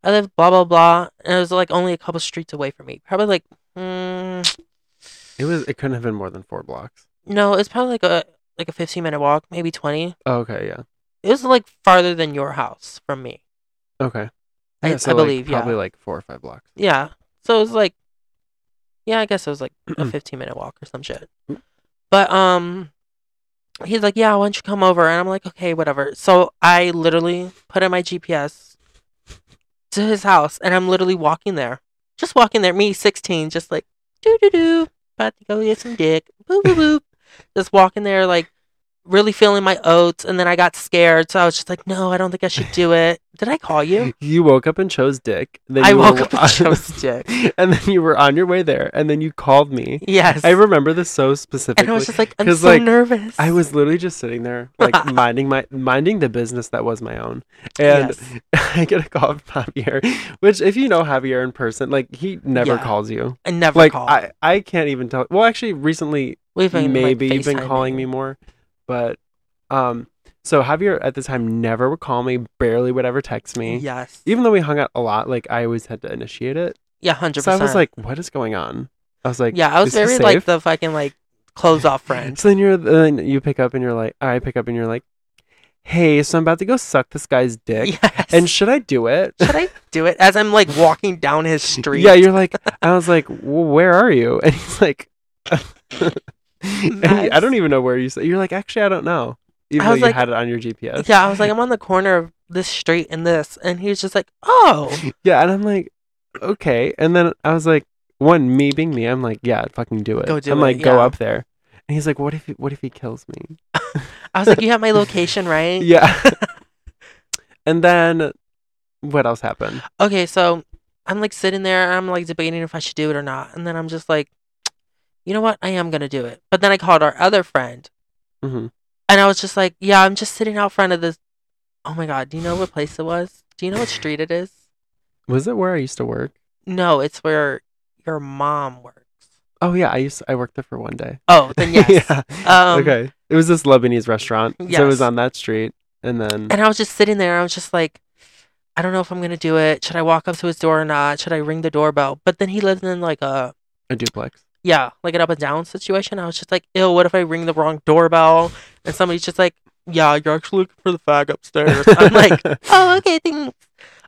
Speaker 4: "I live blah blah blah," and it was like only a couple streets away from me. Probably like, mm,
Speaker 3: It was. It couldn't have been more than four blocks.
Speaker 4: no, it's probably like a like a fifteen minute walk, maybe twenty.
Speaker 3: Oh, okay. Yeah.
Speaker 4: It was like farther than your house from me.
Speaker 3: Okay.
Speaker 4: I-
Speaker 3: Yeah,
Speaker 4: I
Speaker 3: so, like,
Speaker 4: believe, yeah.
Speaker 3: Probably like four or five blocks.
Speaker 4: Yeah. So it was like yeah, I guess it was like a 15 minute walk or some shit. But um he's like, "Yeah, why don't you come over?" And I'm like, "Okay, whatever." So I literally put in my GPS to his house and I'm literally walking there. Just walking there, me 16, just like doo doo doo, about to go get some dick. Boop boop boop. just walking there like really feeling my oats and then I got scared, so I was just like, "No, I don't think I should do it." Did I call you?
Speaker 3: You woke up and chose dick. Then
Speaker 4: I
Speaker 3: you
Speaker 4: woke
Speaker 3: were-
Speaker 4: up and chose dick.
Speaker 3: and then you were on your way there, and then you called me.
Speaker 4: Yes.
Speaker 3: I remember this so specifically.
Speaker 4: and I was just like, I'm
Speaker 3: 'Cause,
Speaker 4: so
Speaker 3: like,
Speaker 4: nervous.
Speaker 3: I was literally just sitting there, like minding my minding the business that was my own, and
Speaker 4: Yes.
Speaker 3: I get a call from Javier. Which, if you know Javier in person, like he never
Speaker 4: Yeah.
Speaker 3: calls you.
Speaker 4: I never
Speaker 3: Like
Speaker 4: called.
Speaker 3: I, I can't even tell. Well, actually, recently
Speaker 4: We've been like,
Speaker 3: maybe you've been
Speaker 4: FaceTiming.
Speaker 3: calling me more, but um, so Javier at the time never would call me, barely would ever text me.
Speaker 4: Yes.
Speaker 3: Even though we hung out a lot, like I always had to initiate it.
Speaker 4: yeah, hundred
Speaker 3: So I
Speaker 4: percent.
Speaker 3: was like, "What is going on?" I was like,
Speaker 4: yeah, I
Speaker 3: "Is
Speaker 4: was
Speaker 3: he
Speaker 4: very like
Speaker 3: safe?"
Speaker 4: the fucking like close off friend.
Speaker 3: So then you're then you pick up and you're like, I pick up and you're like, hey, so I'm about to go suck this guy's dick,
Speaker 4: Yes.
Speaker 3: and should I do it?
Speaker 4: should I do it as I'm like walking down his street?
Speaker 3: yeah, you're like, I was like, well, where are you? And he's like, and he- I
Speaker 4: Mess.
Speaker 3: don't even know where you. You're like, actually, I don't know. Even
Speaker 4: I
Speaker 3: though
Speaker 4: was
Speaker 3: you
Speaker 4: like-
Speaker 3: had it on your GPS.
Speaker 4: yeah. I was like, I'm on the corner of this street and this, and he was just like, oh,
Speaker 3: Yeah, and I'm like, okay. And then I was like, one, me being me, I'm like, yeah, fucking do it.
Speaker 4: Go do
Speaker 3: I'm
Speaker 4: it,
Speaker 3: like, go
Speaker 4: yeah.
Speaker 3: up there. And he's like, what if he, what if he kills me?
Speaker 4: I was like, you have my location, right?
Speaker 3: Yeah. and then what else happened?
Speaker 4: okay, so I'm like sitting there and I'm like debating if I should do it or not. And then I'm just like, you know what? I am going to do it. But then I called our other friend
Speaker 3: hmm
Speaker 4: and I was just like, yeah, I'm just sitting out front of this. Oh my God. Do you know what place it was? Do you know what street it is?
Speaker 3: Was it where I used to work?
Speaker 4: No, it's where your mom works.
Speaker 3: Oh yeah, I used I worked there for one day.
Speaker 4: Oh, then yes.
Speaker 3: yeah.
Speaker 4: Um,
Speaker 3: okay. It was this Lebanese restaurant. So it
Speaker 4: Yes.
Speaker 3: was on that street. And then
Speaker 4: And I was just sitting there. I was just like, I don't know if I'm going to do it. Should I walk up to his door or not? Should I ring the doorbell? But then he lives in like a,
Speaker 3: a duplex.
Speaker 4: yeah, like an up and down situation. I was just like, ew, what if I ring the wrong doorbell? And somebody's just like, yeah, you're actually looking for the fag upstairs. I'm like, oh, okay, thanks.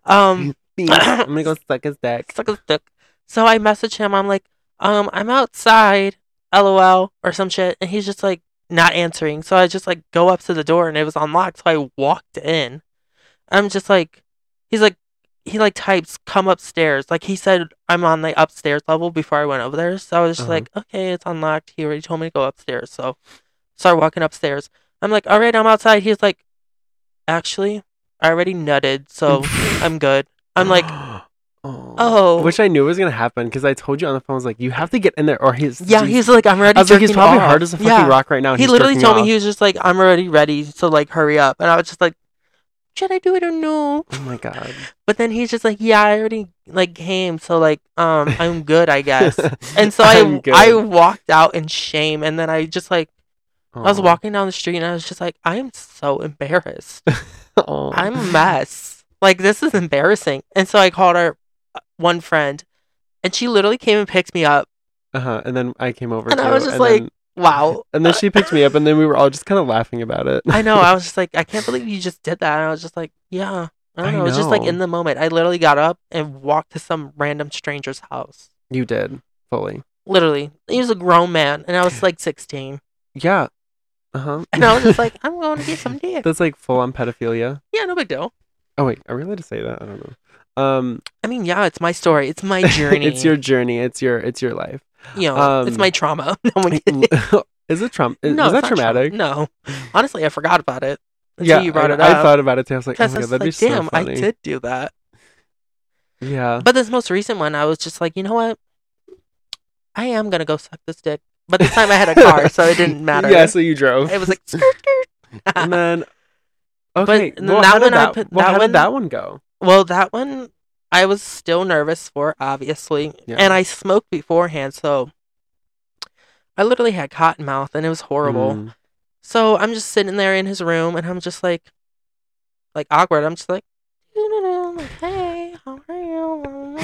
Speaker 4: Um,
Speaker 3: I'm gonna go suck his dick.
Speaker 4: suck a dick. So I message him. I'm like, um, I'm outside, lol, or some shit. And he's just like not answering. So I just like go up to the door and it was unlocked. So I walked in. I'm just like, he's like, he like types, come upstairs. Like he said, I'm on the upstairs level before I went over there. So I was just
Speaker 3: Uh-huh.
Speaker 4: like, okay, it's unlocked. He already told me to go upstairs. So start walking upstairs. I'm like, all right, I'm outside. He's like, actually, I already nutted. So I'm good. I'm like, oh.
Speaker 3: Which I knew was gonna happen because I told you on the phone. I was like, you have to get in there, or he's
Speaker 4: Yeah, he's like, I'm ready.
Speaker 3: I was like, he's
Speaker 4: jerking
Speaker 3: probably
Speaker 4: off.
Speaker 3: hard as a fucking
Speaker 4: yeah.
Speaker 3: rock right now. and
Speaker 4: He
Speaker 3: he's
Speaker 4: literally
Speaker 3: jerking
Speaker 4: told
Speaker 3: off.
Speaker 4: me he was just like, I'm already ready, so like hurry up. And I was just like, should I do it or no?
Speaker 3: Oh my god.
Speaker 4: But then he's just like, yeah, I already like came, so like um I'm good, I guess. and so I
Speaker 3: I'm good.
Speaker 4: I walked out in shame, and then I just like I was
Speaker 3: Aw.
Speaker 4: walking down the street, and I was just like, I am so embarrassed.
Speaker 3: Aw.
Speaker 4: I'm a mess. Like this is embarrassing. And so I called our uh, one friend, and she literally came and picked me up.
Speaker 3: Uh-huh. And then I came over
Speaker 4: And I
Speaker 3: too,
Speaker 4: was just
Speaker 3: and
Speaker 4: like,
Speaker 3: then-
Speaker 4: Wow.
Speaker 3: and then she picked me up, and then we were all just kind of laughing about it.
Speaker 4: I know. I was just like, I can't believe you just did that. And I was just like, yeah. I don't
Speaker 3: I
Speaker 4: know. It was just like
Speaker 3: know.
Speaker 4: in the moment. I literally got up and walked to some random stranger's house.
Speaker 3: you did fully.
Speaker 4: Literally. He was a grown man and I was like 16.
Speaker 3: Yeah. Uh huh.
Speaker 4: And I was just like, I'm going to get some dick.
Speaker 3: that's like full on pedophilia.
Speaker 4: Yeah, no big deal.
Speaker 3: Oh wait, are we allowed to say that? I don't know. Um,
Speaker 4: I mean, yeah, it's my story. It's my journey.
Speaker 3: it's your journey. It's your it's your life.
Speaker 4: you know, it's
Speaker 3: um,
Speaker 4: my trauma. No one can-
Speaker 3: is it Trump? Is,
Speaker 4: no,
Speaker 3: was
Speaker 4: it's
Speaker 3: that
Speaker 4: not trauma.
Speaker 3: traumatic?
Speaker 4: No. Honestly, I forgot about it. Until
Speaker 3: yeah,
Speaker 4: you brought
Speaker 3: I,
Speaker 4: it
Speaker 3: I
Speaker 4: up.
Speaker 3: thought about it too. I was like, oh my
Speaker 4: Because
Speaker 3: god,
Speaker 4: I was
Speaker 3: that'd be
Speaker 4: like,
Speaker 3: so
Speaker 4: damn, I
Speaker 3: funny.
Speaker 4: did do that.
Speaker 3: Yeah.
Speaker 4: But this most recent one, I was just like, you know what? I am gonna go suck this dick. But this time I had a car, so it didn't matter.
Speaker 3: Yeah, so you drove.
Speaker 4: it was like skirt, skirt.
Speaker 3: and then okay,
Speaker 4: then
Speaker 3: well,
Speaker 4: that
Speaker 3: how
Speaker 4: one
Speaker 3: did
Speaker 4: I
Speaker 3: that,
Speaker 4: put-
Speaker 3: well,
Speaker 4: that
Speaker 3: how
Speaker 4: one-
Speaker 3: did that one go?
Speaker 4: Well, that one I was still nervous for, obviously.
Speaker 3: Yeah.
Speaker 4: And I smoked beforehand, so I literally had cotton mouth and it was horrible.
Speaker 3: Mm.
Speaker 4: So I'm just sitting there in his room and I'm just like like awkward. I'm just like, like, hey, how are you?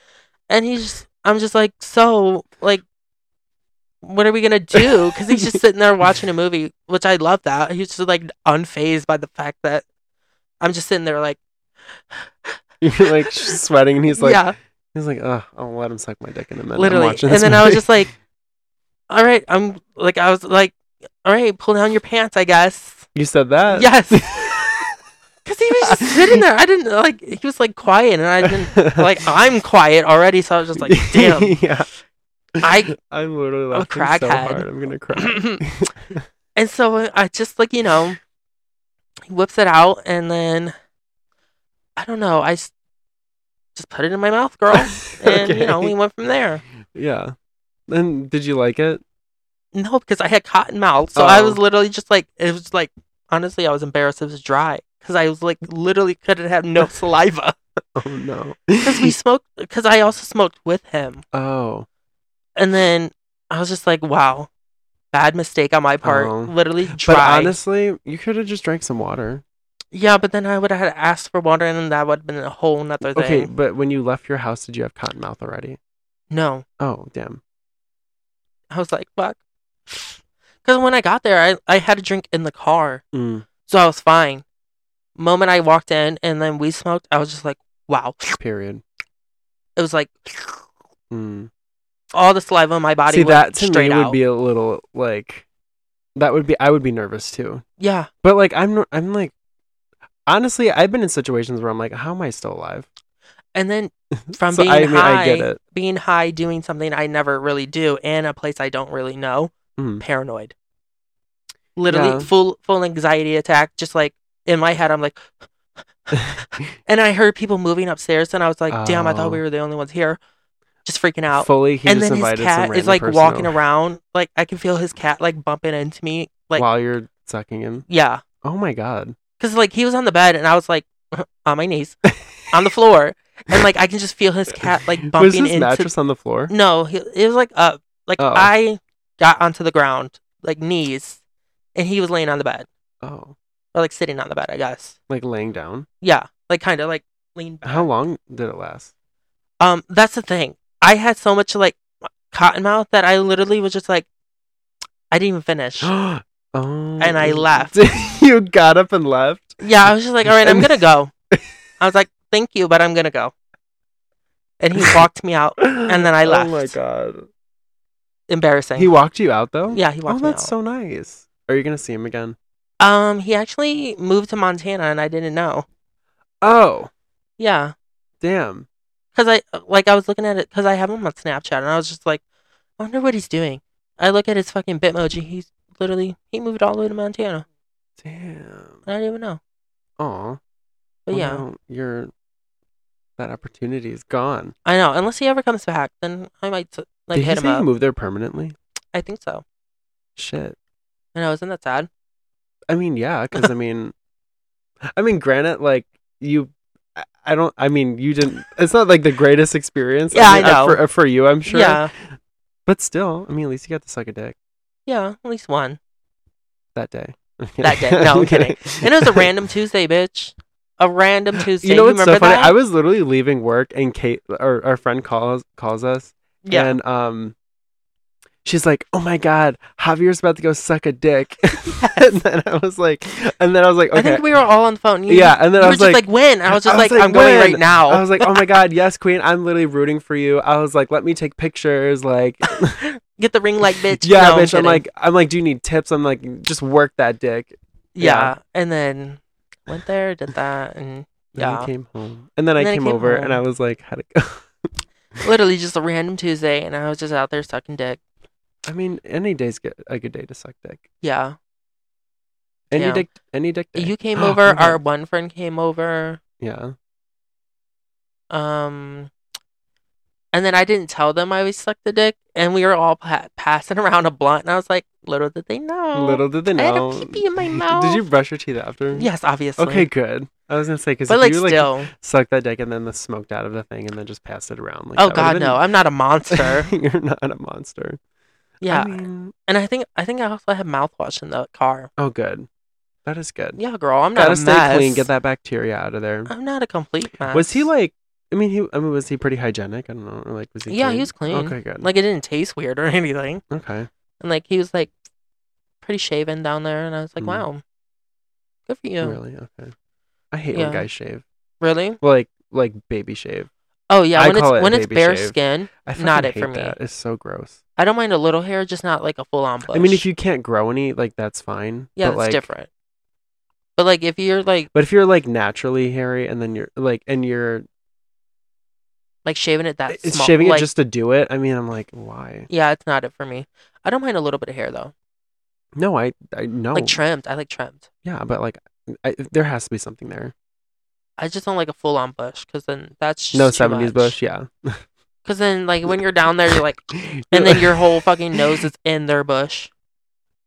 Speaker 4: And he's just I'm just like, so like what are we gonna do? Because he's just sitting there watching a movie, which I love that. He's just like unfazed by the fact that I'm just sitting there like
Speaker 3: You're like sweating, and he's like,
Speaker 4: Yeah,
Speaker 3: he's like, Ugh, I'll let him suck my dick in a minute. I'm
Speaker 4: literally.
Speaker 3: watching
Speaker 4: And
Speaker 3: this
Speaker 4: then I was
Speaker 3: movie."
Speaker 4: just like, All right, I'm like I was like, All right, pull down your pants, I guess.
Speaker 3: you said that.
Speaker 4: Yes. Cause he was just sitting there. I didn't like he was like quiet and I didn't like I'm quiet already, so I was just like, damn.
Speaker 3: yeah.
Speaker 4: I-
Speaker 3: I'm literally
Speaker 4: I'm a
Speaker 3: laughing so
Speaker 4: crackhead.
Speaker 3: hard. I'm gonna cry.
Speaker 4: And so uh, I just like, you know, he whips it out and then I don't know, I s- just put it in my mouth, girl. And you know, we went from there.
Speaker 3: yeah. And did you like it?
Speaker 4: No, because I had cotton mouth. So I was
Speaker 3: Oh.
Speaker 4: literally just like it was like honestly I was embarrassed it was dry. Cause I was like literally couldn't have no saliva.
Speaker 3: Oh no.
Speaker 4: Cause we smoked because I also smoked with him.
Speaker 3: oh.
Speaker 4: And then I was just like, wow, bad mistake on my part.
Speaker 3: Oh.
Speaker 4: Literally
Speaker 3: But
Speaker 4: dry.
Speaker 3: honestly, you could have just drank some water.
Speaker 4: yeah, but then I would have had to ask for water and then that would have been a whole nother thing.
Speaker 3: Okay, but when you left your house, did you have cotton mouth already?
Speaker 4: No.
Speaker 3: Oh, damn.
Speaker 4: I was like, fuck. Because when I got there, I, I had a drink in the car.
Speaker 3: Mm,
Speaker 4: So I was fine. Moment I walked in and then we smoked, I was just like, wow.
Speaker 3: period.
Speaker 4: It was like
Speaker 3: Mm.
Speaker 4: all the saliva in my body
Speaker 3: See,
Speaker 4: went
Speaker 3: that to
Speaker 4: straight
Speaker 3: me
Speaker 4: out.
Speaker 3: would be a little like that would be I would be nervous too.
Speaker 4: yeah.
Speaker 3: But like I'm nor- I'm like honestly, I've been in situations where I'm like, how am I still alive?
Speaker 4: And then from
Speaker 3: so
Speaker 4: being
Speaker 3: I mean,
Speaker 4: high,
Speaker 3: I get it.
Speaker 4: being high doing something I never really do in a place I don't really know,
Speaker 3: Mm.
Speaker 4: paranoid. Literally
Speaker 3: Yeah.
Speaker 4: full full anxiety attack, just like in my head I'm like and I heard people moving upstairs and I was like, damn, I
Speaker 3: Oh.
Speaker 4: thought we were the only ones here. Just freaking out.
Speaker 3: Fully, he
Speaker 4: and
Speaker 3: just
Speaker 4: then his
Speaker 3: invited some
Speaker 4: cat is
Speaker 3: random
Speaker 4: like
Speaker 3: person
Speaker 4: walking
Speaker 3: over
Speaker 4: around. Like I can feel his cat like bumping into me. Like
Speaker 3: while you're sucking him.
Speaker 4: yeah.
Speaker 3: Oh my god!
Speaker 4: Cause like he was on the bed and I was like on my knees. on the floor. And like I can just feel his cat like bumping
Speaker 3: was his
Speaker 4: into Mm.
Speaker 3: mattress on the floor?
Speaker 4: No, he, it was like up. Like
Speaker 3: Oh.
Speaker 4: I got onto the ground, like knees, and he was laying on the bed
Speaker 3: Oh,
Speaker 4: or like sitting on the bed, I guess.
Speaker 3: like laying down.
Speaker 4: Yeah, like kind of like leaned back.
Speaker 3: How long did it last?
Speaker 4: Um, that's the thing. I had so much like cotton mouth that I literally was just like, I didn't even finish.
Speaker 3: oh,
Speaker 4: And I left.
Speaker 3: you got up and left.
Speaker 4: yeah, I was just like, all right, I'm
Speaker 3: And-
Speaker 4: gonna go. I was like, thank you, but I'm gonna go. And he walked me out.
Speaker 3: And
Speaker 4: then I
Speaker 3: Oh my
Speaker 4: left.
Speaker 3: god!
Speaker 4: Embarrassing.
Speaker 3: He walked you out though.
Speaker 4: yeah, he
Speaker 3: Oh,
Speaker 4: walked me
Speaker 3: that's
Speaker 4: out.
Speaker 3: so nice. Are you gonna see him again?
Speaker 4: um, he actually moved to Montana, and I didn't know.
Speaker 3: Oh,
Speaker 4: Yeah.
Speaker 3: damn.
Speaker 4: because I uh, like I was looking at it because I have him on Snapchat and I was just like, I wonder what he's doing. I look at his fucking Bitmoji. He's literally he moved all the way to Montana.
Speaker 3: Damn.
Speaker 4: I don't even know.
Speaker 3: Aw.
Speaker 4: Uh, But
Speaker 3: Well,
Speaker 4: yeah,
Speaker 3: now you're that opportunity is gone.
Speaker 4: I know. Unless he ever comes back, then I might t- like
Speaker 3: Did
Speaker 4: hit
Speaker 3: he
Speaker 4: him
Speaker 3: say
Speaker 4: up.
Speaker 3: he moved there permanently?
Speaker 4: I think so.
Speaker 3: Shit.
Speaker 4: I know. Isn't that sad?
Speaker 3: I mean, yeah, because I mean, I mean, granted, like you, I- I don't. I mean, you didn't. It's not like the greatest experience.
Speaker 4: Yeah, I
Speaker 3: mean, uh,
Speaker 4: know.
Speaker 3: for, uh, for you, I'm sure.
Speaker 4: Yeah,
Speaker 3: but still, I mean, at least you got to suck a dick
Speaker 4: yeah. At least one.
Speaker 3: that day.
Speaker 4: That day. No, I'm kidding. And it was a random Tuesday, bitch. A random Tuesday.
Speaker 3: You know what's
Speaker 4: remember
Speaker 3: so funny?
Speaker 4: that?
Speaker 3: I was literally leaving work, and Kate, our, our friend, calls calls us,
Speaker 4: yeah.
Speaker 3: And um, she's like, "Oh my god, Javier's about to go suck a dick," and then I was like, and then I was like,
Speaker 4: I
Speaker 3: okay.
Speaker 4: think we were all on phone. You,
Speaker 3: yeah, and
Speaker 4: You
Speaker 3: then
Speaker 4: were
Speaker 3: I was
Speaker 4: just like,
Speaker 3: like,
Speaker 4: when? I was just
Speaker 3: I was
Speaker 4: like,
Speaker 3: like,
Speaker 4: I'm going right
Speaker 3: when?
Speaker 4: now.
Speaker 3: I was like, oh my god, yes, queen, I'm literally rooting for you. I was like, let me take pictures, like,
Speaker 4: Get the ring light, bitch.
Speaker 3: yeah,
Speaker 4: No,
Speaker 3: bitch. I'm
Speaker 4: kidding.
Speaker 3: like, I'm like, do you need tips? I'm like, just work that dick.
Speaker 4: Yeah.
Speaker 3: Yeah.
Speaker 4: And then went there, did that, and
Speaker 3: Then
Speaker 4: Yeah.
Speaker 3: I came home, and then,
Speaker 4: And then
Speaker 3: I
Speaker 4: I
Speaker 3: came,
Speaker 4: came
Speaker 3: over,
Speaker 4: home.
Speaker 3: and I was like, how'd it go?
Speaker 4: literally just a random Tuesday, and I was just out there sucking dick.
Speaker 3: I mean, any day's good, a good day to suck dick.
Speaker 4: Yeah.
Speaker 3: Any
Speaker 4: Yeah.
Speaker 3: dick, any dick. Day.
Speaker 4: You came
Speaker 3: Oh
Speaker 4: over,
Speaker 3: my
Speaker 4: our
Speaker 3: God.
Speaker 4: one friend came over.
Speaker 3: yeah.
Speaker 4: Um And then I didn't tell them I was sucked the dick, and we were all pa- passing around a blunt, and I was like, little did they know.
Speaker 3: Little did they
Speaker 4: I had a
Speaker 3: know.
Speaker 4: peepee in my
Speaker 3: Did you
Speaker 4: mouth.
Speaker 3: brush your teeth after?
Speaker 4: Yes, obviously.
Speaker 3: Okay, good. I was gonna say because
Speaker 4: but like
Speaker 3: you like
Speaker 4: still,
Speaker 3: sucked that dick and then the smoked out of the thing and then just passed it around. Like,
Speaker 4: oh
Speaker 3: that
Speaker 4: god,
Speaker 3: would've
Speaker 4: no, I'm not a monster.
Speaker 3: been- You're not a monster.
Speaker 4: yeah,
Speaker 3: I mean,
Speaker 4: and I think I think I also had mouthwash in the car.
Speaker 3: oh, good. That is good.
Speaker 4: Yeah, girl, I'm not
Speaker 3: Gotta
Speaker 4: a
Speaker 3: stay
Speaker 4: mess.
Speaker 3: clean. Get that bacteria out of there.
Speaker 4: I'm not a complete mess.
Speaker 3: Was he like? I mean, he. I mean, was he pretty hygienic? I don't know. Or like, was he?
Speaker 4: Yeah,
Speaker 3: clean?
Speaker 4: he was clean.
Speaker 3: Okay, good.
Speaker 4: like it didn't taste weird or anything,
Speaker 3: okay,
Speaker 4: and like he was like pretty shaven down there, and I was like,
Speaker 3: Mm.
Speaker 4: wow, good for you.
Speaker 3: really okay. I hate
Speaker 4: Yeah.
Speaker 3: when guys shave.
Speaker 4: Really?
Speaker 3: Well, like like baby shave.
Speaker 4: Oh yeah,
Speaker 3: I
Speaker 4: when it's
Speaker 3: call it a
Speaker 4: when it's
Speaker 3: baby
Speaker 4: bare
Speaker 3: shave.
Speaker 4: skin,
Speaker 3: I fucking
Speaker 4: Not it
Speaker 3: hate
Speaker 4: for me.
Speaker 3: that. It's so gross.
Speaker 4: I don't mind a little hair, just not like a full on bush.
Speaker 3: I mean, if you can't grow any, like that's fine.
Speaker 4: yeah,
Speaker 3: but,
Speaker 4: that's
Speaker 3: like,
Speaker 4: different. But like if you're like
Speaker 3: But if you're like naturally hairy and then you're like and you're
Speaker 4: like shaving it that
Speaker 3: it's
Speaker 4: small,
Speaker 3: shaving
Speaker 4: like,
Speaker 3: it just to do it, I mean, I'm like, why?
Speaker 4: yeah, it's not it for me. I don't mind a little bit of hair though,
Speaker 3: No, I I no.
Speaker 4: like trimmed. I like trimmed.
Speaker 3: yeah, but like I, there has to be something there.
Speaker 4: I just don't like a full on bush because then that's just
Speaker 3: No
Speaker 4: too
Speaker 3: 70s
Speaker 4: much.
Speaker 3: bush, yeah.
Speaker 4: Because then, like, when you're down there, you're like, and then your whole fucking nose is in their bush.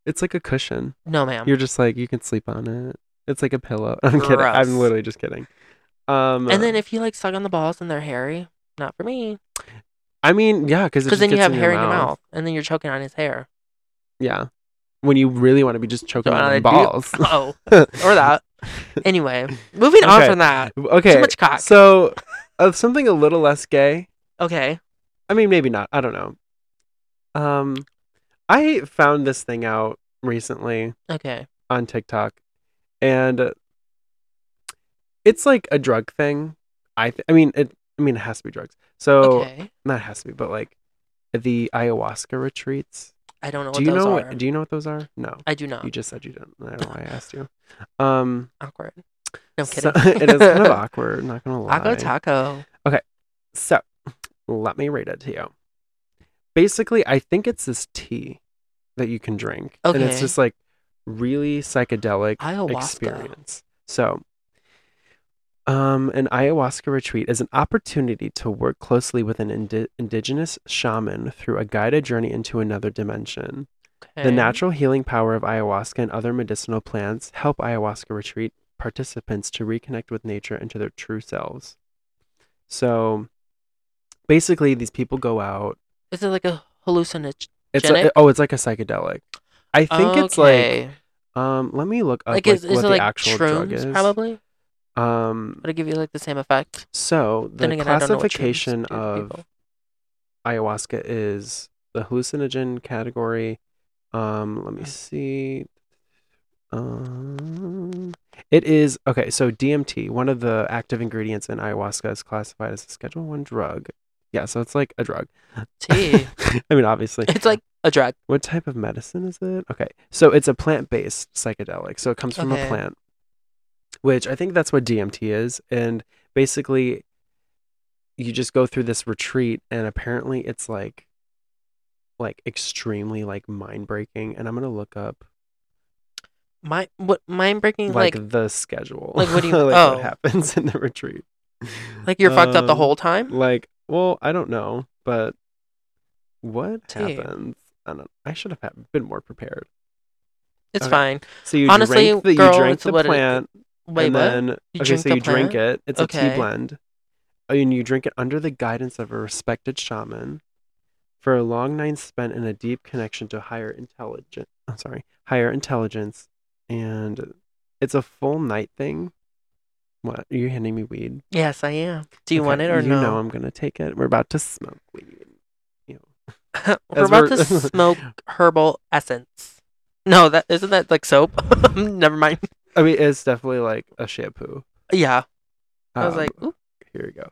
Speaker 3: It's like a cushion.
Speaker 4: No, ma'am.
Speaker 3: You're just like you can sleep on it. It's like a pillow. I'm kidding.
Speaker 4: Gross.
Speaker 3: I'm literally just kidding. Um
Speaker 4: and then if you like suck on the balls and they're hairy, not for me.
Speaker 3: I mean, yeah, cuz
Speaker 4: Because then you have hair in your mouth, and then you're choking on his hair.
Speaker 3: Yeah. When you really want to be just choking
Speaker 4: Don't
Speaker 3: on
Speaker 4: wanna
Speaker 3: your
Speaker 4: do-
Speaker 3: balls.
Speaker 4: Oh, or that. Anyway, moving on
Speaker 3: Okay.
Speaker 4: from that.
Speaker 3: Okay.
Speaker 4: Too much cock.
Speaker 3: So, of something a little less gay.
Speaker 4: Okay.
Speaker 3: I mean, maybe not. I don't know. Um, I found this thing out recently
Speaker 4: Okay.
Speaker 3: on TikTok, and it's like a drug thing. I th- I mean it. I mean it has to be drugs. So
Speaker 4: Okay.
Speaker 3: not has to be, but like the ayahuasca retreats.
Speaker 4: I don't know what
Speaker 3: Do you
Speaker 4: those
Speaker 3: know?
Speaker 4: are.
Speaker 3: What, do you know what those are? No,
Speaker 4: I do not.
Speaker 3: you just said you didn't. I don't know why I asked you. Um,
Speaker 4: Awkward. No I'm
Speaker 3: so-
Speaker 4: kidding.
Speaker 3: it is kind of awkward. Not gonna lie.
Speaker 4: Taco taco.
Speaker 3: So, let me read it to you. Basically, I think it's this tea that you can drink, and
Speaker 4: Okay.
Speaker 3: it's just like really psychedelic
Speaker 4: Ayahuasca.
Speaker 3: experience. So, um, an ayahuasca retreat is an opportunity to work closely with an indi- indigenous shaman through a guided journey into another dimension.
Speaker 4: Okay.
Speaker 3: The natural healing power of ayahuasca and other medicinal plants help ayahuasca retreat participants to reconnect with nature and to their true selves. So basically these people go out.
Speaker 4: Is it like a hallucinogen?
Speaker 3: It's
Speaker 4: Genic?
Speaker 3: a, oh, it's like a psychedelic. I think it's like
Speaker 4: Okay.
Speaker 3: um let me look up
Speaker 4: like,
Speaker 3: like,
Speaker 4: is, is
Speaker 3: what
Speaker 4: it
Speaker 3: the
Speaker 4: like
Speaker 3: actual
Speaker 4: shrooms
Speaker 3: drug is.
Speaker 4: probably
Speaker 3: Um
Speaker 4: would it give you like the same effect
Speaker 3: so the
Speaker 4: Then again, I don't know what shrooms
Speaker 3: classification
Speaker 4: do to
Speaker 3: of
Speaker 4: people.
Speaker 3: ayahuasca is the hallucinogen category. Um, let me
Speaker 4: Mm.
Speaker 3: see. Um, it is okay. So DMT, one of the active ingredients in ayahuasca, is classified as a Schedule One drug. Yeah, so it's like a drug.
Speaker 4: tea
Speaker 3: I mean, obviously,
Speaker 4: it's like a drug
Speaker 3: what type of medicine is it? Okay, so it's a plant-based psychedelic. So it comes from
Speaker 4: Okay.
Speaker 3: a plant, which I think that's what DMT is. And basically, you just go through this retreat, and apparently, it's like, like extremely like mind-breaking. And I'm gonna look up
Speaker 4: my what mind breaking
Speaker 3: like,
Speaker 4: like
Speaker 3: the schedule,
Speaker 4: like, what do you-
Speaker 3: like
Speaker 4: oh.
Speaker 3: what happens in the retreat?
Speaker 4: like you're fucked up the
Speaker 3: Um,
Speaker 4: whole time
Speaker 3: Like, well, I don't know, but what
Speaker 4: Tea.
Speaker 3: happens? I don't. I should have had- been more prepared.
Speaker 4: it's
Speaker 3: okay.
Speaker 4: fine
Speaker 3: So you
Speaker 4: Honestly,
Speaker 3: drink the, you
Speaker 4: girl,
Speaker 3: drink
Speaker 4: it's
Speaker 3: the
Speaker 4: what it-
Speaker 3: plant,
Speaker 4: wait
Speaker 3: and
Speaker 4: what
Speaker 3: then
Speaker 4: You
Speaker 3: okay,
Speaker 4: drink
Speaker 3: so
Speaker 4: the
Speaker 3: you drink it. It's a
Speaker 4: Okay.
Speaker 3: tea blend, Oh, and you drink it under the guidance of a respected shaman, for a long night spent in a deep connection to higher intelligence. I'm sorry, higher intelligence, and it's a full night thing. What are you handing me weed?
Speaker 4: yes i am do you
Speaker 3: Okay,
Speaker 4: want it or
Speaker 3: you
Speaker 4: no
Speaker 3: know I'm gonna take it. We're about to smoke weed.
Speaker 4: we're
Speaker 3: as
Speaker 4: about
Speaker 3: we're-
Speaker 4: to smoke herbal essence no that isn't that like soap never mind
Speaker 3: I mean, it's definitely like a shampoo.
Speaker 4: yeah i was
Speaker 3: Um,
Speaker 4: like Oop.
Speaker 3: here you go.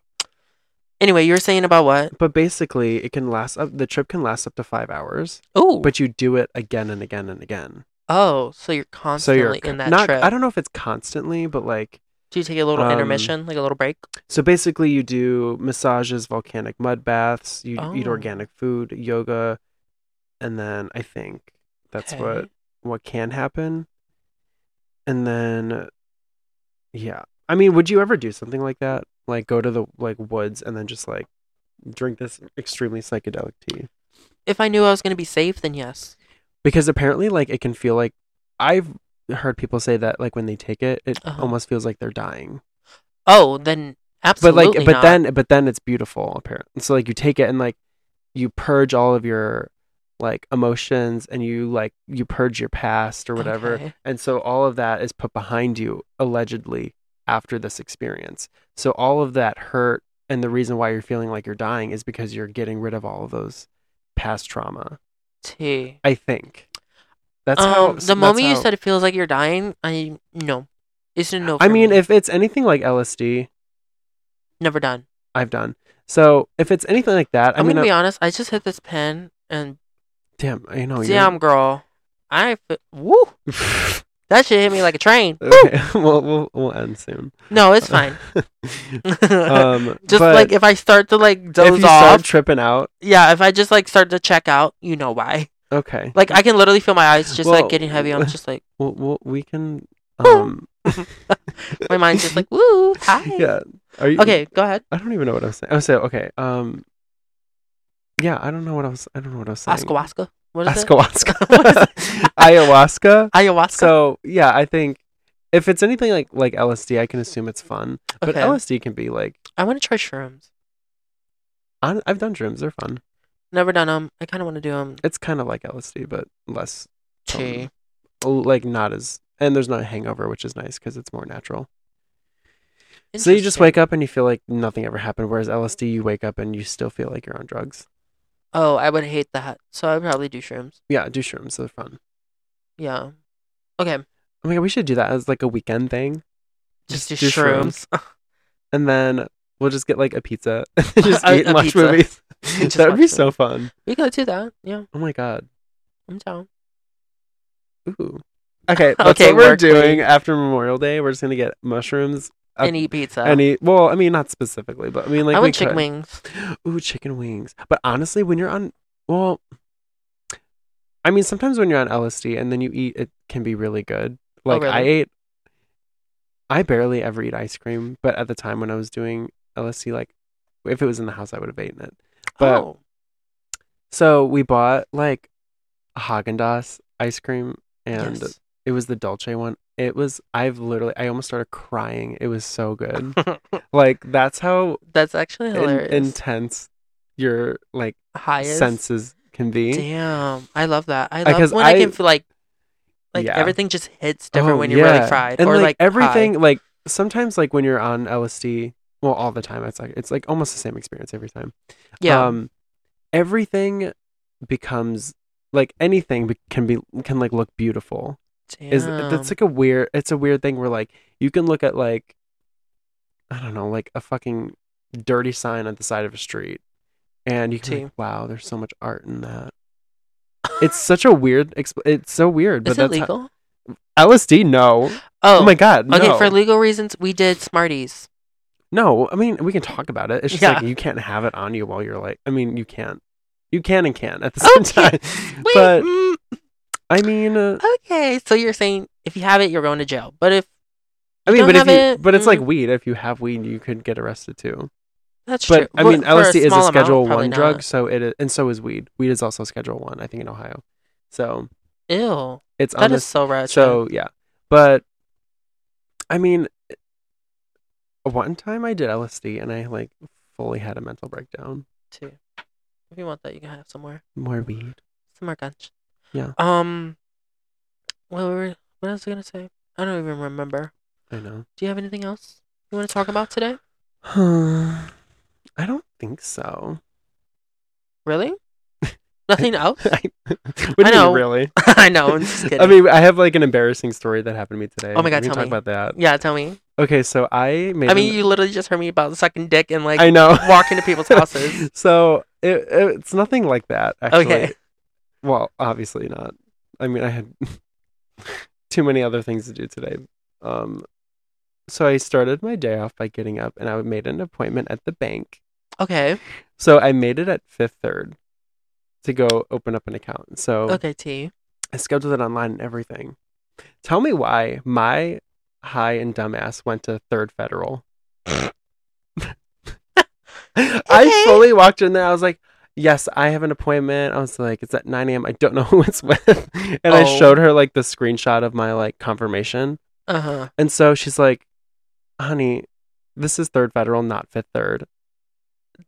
Speaker 4: anyway you were saying about what
Speaker 3: But basically, it can last up. The trip can last up to five hours.
Speaker 4: oh
Speaker 3: but you do it again and again and again.
Speaker 4: oh so you're
Speaker 3: So you're
Speaker 4: constantly in that
Speaker 3: not.
Speaker 4: trip
Speaker 3: I don't know if it's constantly, but like
Speaker 4: do you take a little
Speaker 3: um,
Speaker 4: intermission like a little break
Speaker 3: so. Basically, you do massages, volcanic mud baths. You eat
Speaker 4: Oh.
Speaker 3: organic food, yoga, and then I think that's what
Speaker 4: Okay.
Speaker 3: what can happen. And then, yeah, I mean, would you ever do something like that? Like go to the like woods and then just like drink this extremely psychedelic tea.
Speaker 4: If I knew I was going to be safe, then yes.
Speaker 3: Because apparently, like, it can feel like I've heard people say that, like, when they take it, it
Speaker 4: Uh-huh.
Speaker 3: almost feels like they're dying.
Speaker 4: Oh, then absolutely.
Speaker 3: but like, but
Speaker 4: not.
Speaker 3: then, but then it's beautiful. Apparently, so like, you take it and like, you purge all of your like emotions and you like you purge your past or whatever
Speaker 4: Okay.
Speaker 3: and so all of that is put behind you, allegedly, after this experience. So all of that hurt and the reason why you're feeling like you're dying is because you're getting rid of all of those past trauma.
Speaker 4: Tea.
Speaker 3: I think. That's
Speaker 4: um,
Speaker 3: how
Speaker 4: the moment you
Speaker 3: how-
Speaker 4: said it feels like you're dying, I no, it's a no.
Speaker 3: I
Speaker 4: for
Speaker 3: mean,
Speaker 4: me.
Speaker 3: if it's anything like LSD,
Speaker 4: never done.
Speaker 3: I've done. So if it's anything like that,
Speaker 4: I'm
Speaker 3: I mean, uh,
Speaker 4: gonna
Speaker 3: I-
Speaker 4: be honest. I just hit this pen and
Speaker 3: damn, I know. you're-
Speaker 4: damn girl, I fe- woo. That shit hit me like a train.
Speaker 3: okay, well, we'll we'll end soon.
Speaker 4: No, it's fine.
Speaker 3: um,
Speaker 4: just
Speaker 3: but
Speaker 4: like if I start to like
Speaker 3: if you
Speaker 4: doze
Speaker 3: start
Speaker 4: off,
Speaker 3: tripping out,
Speaker 4: yeah. If I just like start to check out, you know why?
Speaker 3: okay.
Speaker 4: Like I can literally feel my eyes just
Speaker 3: Well,
Speaker 4: like getting heavy. I'm just like
Speaker 3: Well, well we can.
Speaker 4: Oh.
Speaker 3: Um,
Speaker 4: my mind's just like woo. Hi.
Speaker 3: yeah. Are you
Speaker 4: Okay, go ahead.
Speaker 3: I don't even know what I was saying. Oh, so okay. Um, yeah, I don't know what I was. I don't know what I was saying.
Speaker 4: Ayahuasca. What is it?
Speaker 3: Ayahuasca. Ayahuasca.
Speaker 4: Ayahuasca.
Speaker 3: So yeah, I think if it's anything like like LSD, I can assume it's fun. But
Speaker 4: Okay.
Speaker 3: LSD can be like
Speaker 4: I want to try shrooms.
Speaker 3: I, I've done shrooms; they're fun.
Speaker 4: Never done them. I kind of want to do them.
Speaker 3: It's kind of like LSD, but less,
Speaker 4: Tea.
Speaker 3: like not as, and there's not a hangover, which is nice because it's more natural. So you just wake up and you feel like nothing ever happened. Whereas LSD, you wake up and you still feel like you're on drugs.
Speaker 4: Oh, I would hate that. So I'd probably do shrooms.
Speaker 3: Yeah, do shrooms; they're fun.
Speaker 4: Yeah. Okay.
Speaker 3: Oh my god, we should do that as like a weekend thing.
Speaker 4: Just,
Speaker 3: Just do
Speaker 4: do, shrooms.
Speaker 3: and then we'll just get like a pizza and just
Speaker 4: A-
Speaker 3: eat
Speaker 4: a
Speaker 3: and watch
Speaker 4: pizza.
Speaker 3: movies.
Speaker 4: Just
Speaker 3: that would
Speaker 4: watch
Speaker 3: be
Speaker 4: movies.
Speaker 3: so fun.
Speaker 4: we could do that. Yeah.
Speaker 3: Oh my god.
Speaker 4: I'm down.
Speaker 3: Ooh. Okay, that's
Speaker 4: Okay,
Speaker 3: what we're
Speaker 4: work
Speaker 3: doing
Speaker 4: week.
Speaker 3: after Memorial Day. We're just gonna get mushrooms Uh,
Speaker 4: and eat pizza.
Speaker 3: and eat. Well, I mean, not specifically, but I mean, like
Speaker 4: I
Speaker 3: we
Speaker 4: want chicken
Speaker 3: could.
Speaker 4: wings.
Speaker 3: Ooh, chicken wings. But honestly, when you're on, well, I mean, sometimes when you're on LSD and then you eat, it can be really good. Like I
Speaker 4: Oh, really?
Speaker 3: ate, I barely ever eat ice cream, but at the time when I was doing LSD, like if it was in the house, I would have eaten it. But
Speaker 4: oh.
Speaker 3: so we bought like Haagen Dazs ice cream, and
Speaker 4: yes.
Speaker 3: it was the Dolce one. It was I've literally I almost started crying. It was so good. like that's how
Speaker 4: That's actually
Speaker 3: in-
Speaker 4: hilarious.
Speaker 3: intense your like
Speaker 4: Highest.
Speaker 3: senses can be.
Speaker 4: Damn. I love that. I love
Speaker 3: Because
Speaker 4: when I,
Speaker 3: I-
Speaker 4: can feel like like
Speaker 3: Yeah.
Speaker 4: everything just hits different
Speaker 3: Oh,
Speaker 4: when you're really
Speaker 3: yeah.
Speaker 4: fried
Speaker 3: and
Speaker 4: or
Speaker 3: like,
Speaker 4: like, high.
Speaker 3: everything like sometimes like when you're on LSD, well all the time it's like it's like almost the same experience every time.
Speaker 4: Yeah.
Speaker 3: um everything becomes like anything be- can be can like look beautiful is
Speaker 4: Damn.
Speaker 3: that's like a weird it's a weird thing where like you can look at like i don't know like a fucking dirty sign on the side of a street and you can be
Speaker 4: Tea.
Speaker 3: like, wow there's so much art in that it's such a weird exp- it's so weird but
Speaker 4: Is it
Speaker 3: that's how-
Speaker 4: legal?
Speaker 3: lsd no oh,
Speaker 4: Oh,
Speaker 3: my god
Speaker 4: Okay,
Speaker 3: no.
Speaker 4: for legal reasons, we did Smarties.
Speaker 3: no i mean we can talk about it it's just like
Speaker 4: Yeah.
Speaker 3: you can't have it on you while you're like i mean you can't you can and can't at the
Speaker 4: Oh,
Speaker 3: same time
Speaker 4: Wait,
Speaker 3: but
Speaker 4: mm,
Speaker 3: i mean uh,
Speaker 4: okay. So you're saying if you have it, you're going to jail. But if
Speaker 3: i mean
Speaker 4: don't
Speaker 3: but if
Speaker 4: have
Speaker 3: you
Speaker 4: it,
Speaker 3: but it's like
Speaker 4: mm.
Speaker 3: weed if you have weed you could get arrested too
Speaker 4: that's
Speaker 3: But
Speaker 4: true.
Speaker 3: I mean,
Speaker 4: Well, for
Speaker 3: LSD is
Speaker 4: small
Speaker 3: a
Speaker 4: amount,
Speaker 3: Schedule
Speaker 4: probably
Speaker 3: One
Speaker 4: not.
Speaker 3: drug, so it is, and so is weed. Weed is also Schedule One, I think, in Ohio. So
Speaker 4: Ew,
Speaker 3: it's
Speaker 4: that
Speaker 3: on
Speaker 4: is
Speaker 3: this.
Speaker 4: so ratchet.
Speaker 3: So yeah, but I mean, it- one time I did LSD and I like fully had a mental breakdown.
Speaker 4: too. If you want that, you can have somewhere,
Speaker 3: More weed.
Speaker 4: some more gunch.
Speaker 3: Yeah.
Speaker 4: Um. What were what else was I gonna say? I don't even remember.
Speaker 3: I know.
Speaker 4: Do you have anything else you want to talk about today?
Speaker 3: I don't think so.
Speaker 4: Really? Nothing else?
Speaker 3: I, what do you
Speaker 4: know.
Speaker 3: mean, really?
Speaker 4: I know. I'm just kidding.
Speaker 3: I mean, I have like an embarrassing story that happened to me today.
Speaker 4: Oh my God,
Speaker 3: we can
Speaker 4: tell
Speaker 3: talk
Speaker 4: me.
Speaker 3: about that.
Speaker 4: yeah. Tell me.
Speaker 3: Okay, so I made.
Speaker 4: I
Speaker 3: an-
Speaker 4: mean, you literally just heard me about sucking dick and like
Speaker 3: I know.
Speaker 4: walking to people's houses.
Speaker 3: So it, it's nothing like that. Actually.
Speaker 4: Okay.
Speaker 3: Well, obviously not. I mean, I had too many other things to do today. Um, so I started my day off by getting up, and I made an appointment at the bank.
Speaker 4: Okay.
Speaker 3: So I made it at Fifth Third to go open up an account. So
Speaker 4: Okay, T.
Speaker 3: I scheduled it online and everything. Tell me why my high and dumbass went to Third Federal. I fully walked in there. I was like, yes, I have an appointment. I was like, it's at 9 a.m. I don't know who it's with. And I
Speaker 4: Oh.
Speaker 3: showed her like the screenshot of my like confirmation.
Speaker 4: Uh huh.
Speaker 3: And so she's like, honey, this is third federal, not fifth third.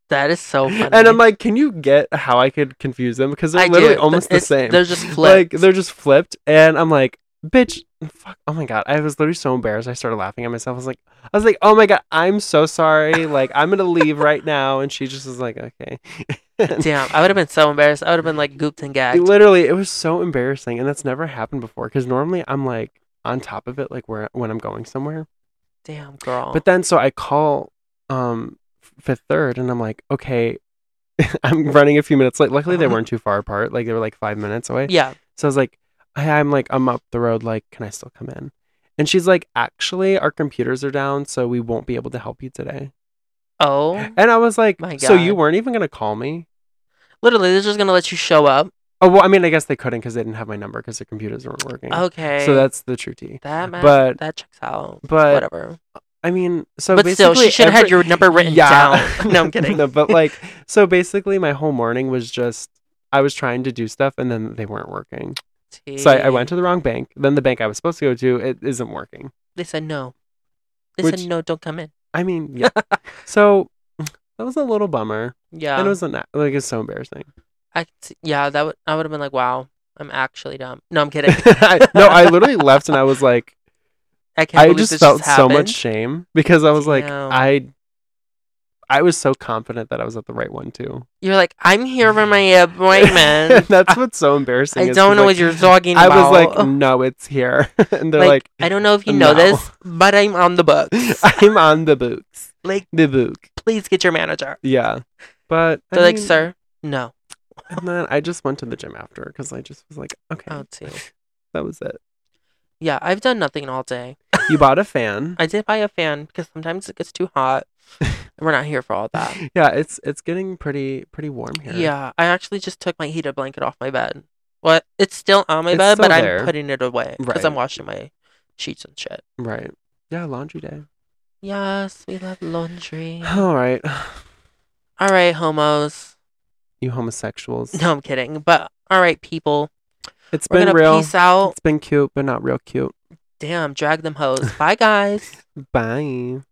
Speaker 4: That is so funny.
Speaker 3: And I'm like, can you get how I could confuse them? Because they're
Speaker 4: I
Speaker 3: literally
Speaker 4: do.
Speaker 3: almost the
Speaker 4: It's-
Speaker 3: same.
Speaker 4: They're just flipped.
Speaker 3: Like they're just flipped, and I'm like, bitch, fuck, oh my god, I was literally so embarrassed. I started laughing at myself. I was like, I was like, oh my god, I'm so sorry. Like I'm gonna leave right now, and she just was like, okay. And
Speaker 4: Damn, I would have been so embarrassed. I would have been like gooped and
Speaker 3: it
Speaker 4: gagged.
Speaker 3: literally, it was so embarrassing, and that's never happened before. Because normally I'm like on top of it, like where when I'm going somewhere.
Speaker 4: Damn, girl.
Speaker 3: But then so I call um fifth third, and I'm like, okay. I'm running a few minutes late. Luckily, they weren't too far apart. Like they were like five minutes away.
Speaker 4: yeah.
Speaker 3: So I was like, I, I'm like, I'm up the road. Like, can I still come in? And she's like, actually, our computers are down, so we won't be able to help you today.
Speaker 4: Oh.
Speaker 3: And I was like,
Speaker 4: My
Speaker 3: so you
Speaker 4: God.
Speaker 3: weren't even gonna call me?
Speaker 4: Literally, they're just gonna let you show up.
Speaker 3: Oh well, I mean, I guess they couldn't because they didn't have my number because their computers weren't working.
Speaker 4: Okay.
Speaker 3: So that's the true tea.
Speaker 4: that. Matters,
Speaker 3: but-
Speaker 4: that checks out.
Speaker 3: But
Speaker 4: Whatever.
Speaker 3: I mean, so
Speaker 4: but still, she
Speaker 3: basically
Speaker 4: should have
Speaker 3: every-
Speaker 4: had your number written down. No, I'm kidding.
Speaker 3: no, but like, so basically, my whole morning was just I was trying to do stuff, and then they weren't working. So I, I went to the wrong bank. Then the bank I was supposed to go to it isn't working.
Speaker 4: They said no. They
Speaker 3: Which-
Speaker 4: said no. Don't come in.
Speaker 3: I mean, yeah. so that was a little bummer.
Speaker 4: Yeah.
Speaker 3: And it was a na- like it's so embarrassing.
Speaker 4: I could see- yeah, that would I would have been like, wow, I'm actually dumb. No, I'm kidding.
Speaker 3: I, no, I literally left and I was like,
Speaker 4: I can't.
Speaker 3: I
Speaker 4: believe
Speaker 3: just
Speaker 4: this
Speaker 3: felt so
Speaker 4: happened.
Speaker 3: much shame because I was like,
Speaker 4: Damn.
Speaker 3: I, I was so confident that I was at the right one too.
Speaker 4: You're like, I'm here for my appointment.
Speaker 3: That's what's so embarrassing.
Speaker 4: I
Speaker 3: is 'cause,
Speaker 4: don't know
Speaker 3: like,
Speaker 4: what you're talking
Speaker 3: I
Speaker 4: about.
Speaker 3: was like, no, it's here, and they're like,
Speaker 4: I don't know if you
Speaker 3: no.
Speaker 4: know this, but I'm on the books.
Speaker 3: I'm on the books,
Speaker 4: like,
Speaker 3: the book,
Speaker 4: please get your manager.
Speaker 3: yeah. But I
Speaker 4: They're like,
Speaker 3: mean,
Speaker 4: sir, no.
Speaker 3: and then I just went to the gym after because I just was like, okay,
Speaker 4: Oh, too.
Speaker 3: that was it.
Speaker 4: Yeah, I've done nothing all day.
Speaker 3: You bought a fan.
Speaker 4: I did buy a fan because sometimes it gets too hot. We're not here for all that.
Speaker 3: yeah, it's it's getting pretty pretty warm here.
Speaker 4: Yeah, I actually just took my heated blanket off my bed. What? It's still on my
Speaker 3: It's
Speaker 4: bed, but
Speaker 3: still
Speaker 4: I'm
Speaker 3: there.
Speaker 4: putting it away because I'm
Speaker 3: Right.
Speaker 4: washing my sheets and shit.
Speaker 3: Right. Yeah, laundry day.
Speaker 4: Yes, we love laundry.
Speaker 3: All right.
Speaker 4: all right, homos.
Speaker 3: You homosexuals.
Speaker 4: No, I'm kidding. But all right, people.
Speaker 3: It's
Speaker 4: We're
Speaker 3: been
Speaker 4: gonna
Speaker 3: real.
Speaker 4: peace out.
Speaker 3: It's been cute, but not real cute.
Speaker 4: Damn, drag them hoes. Bye, guys.
Speaker 3: Bye.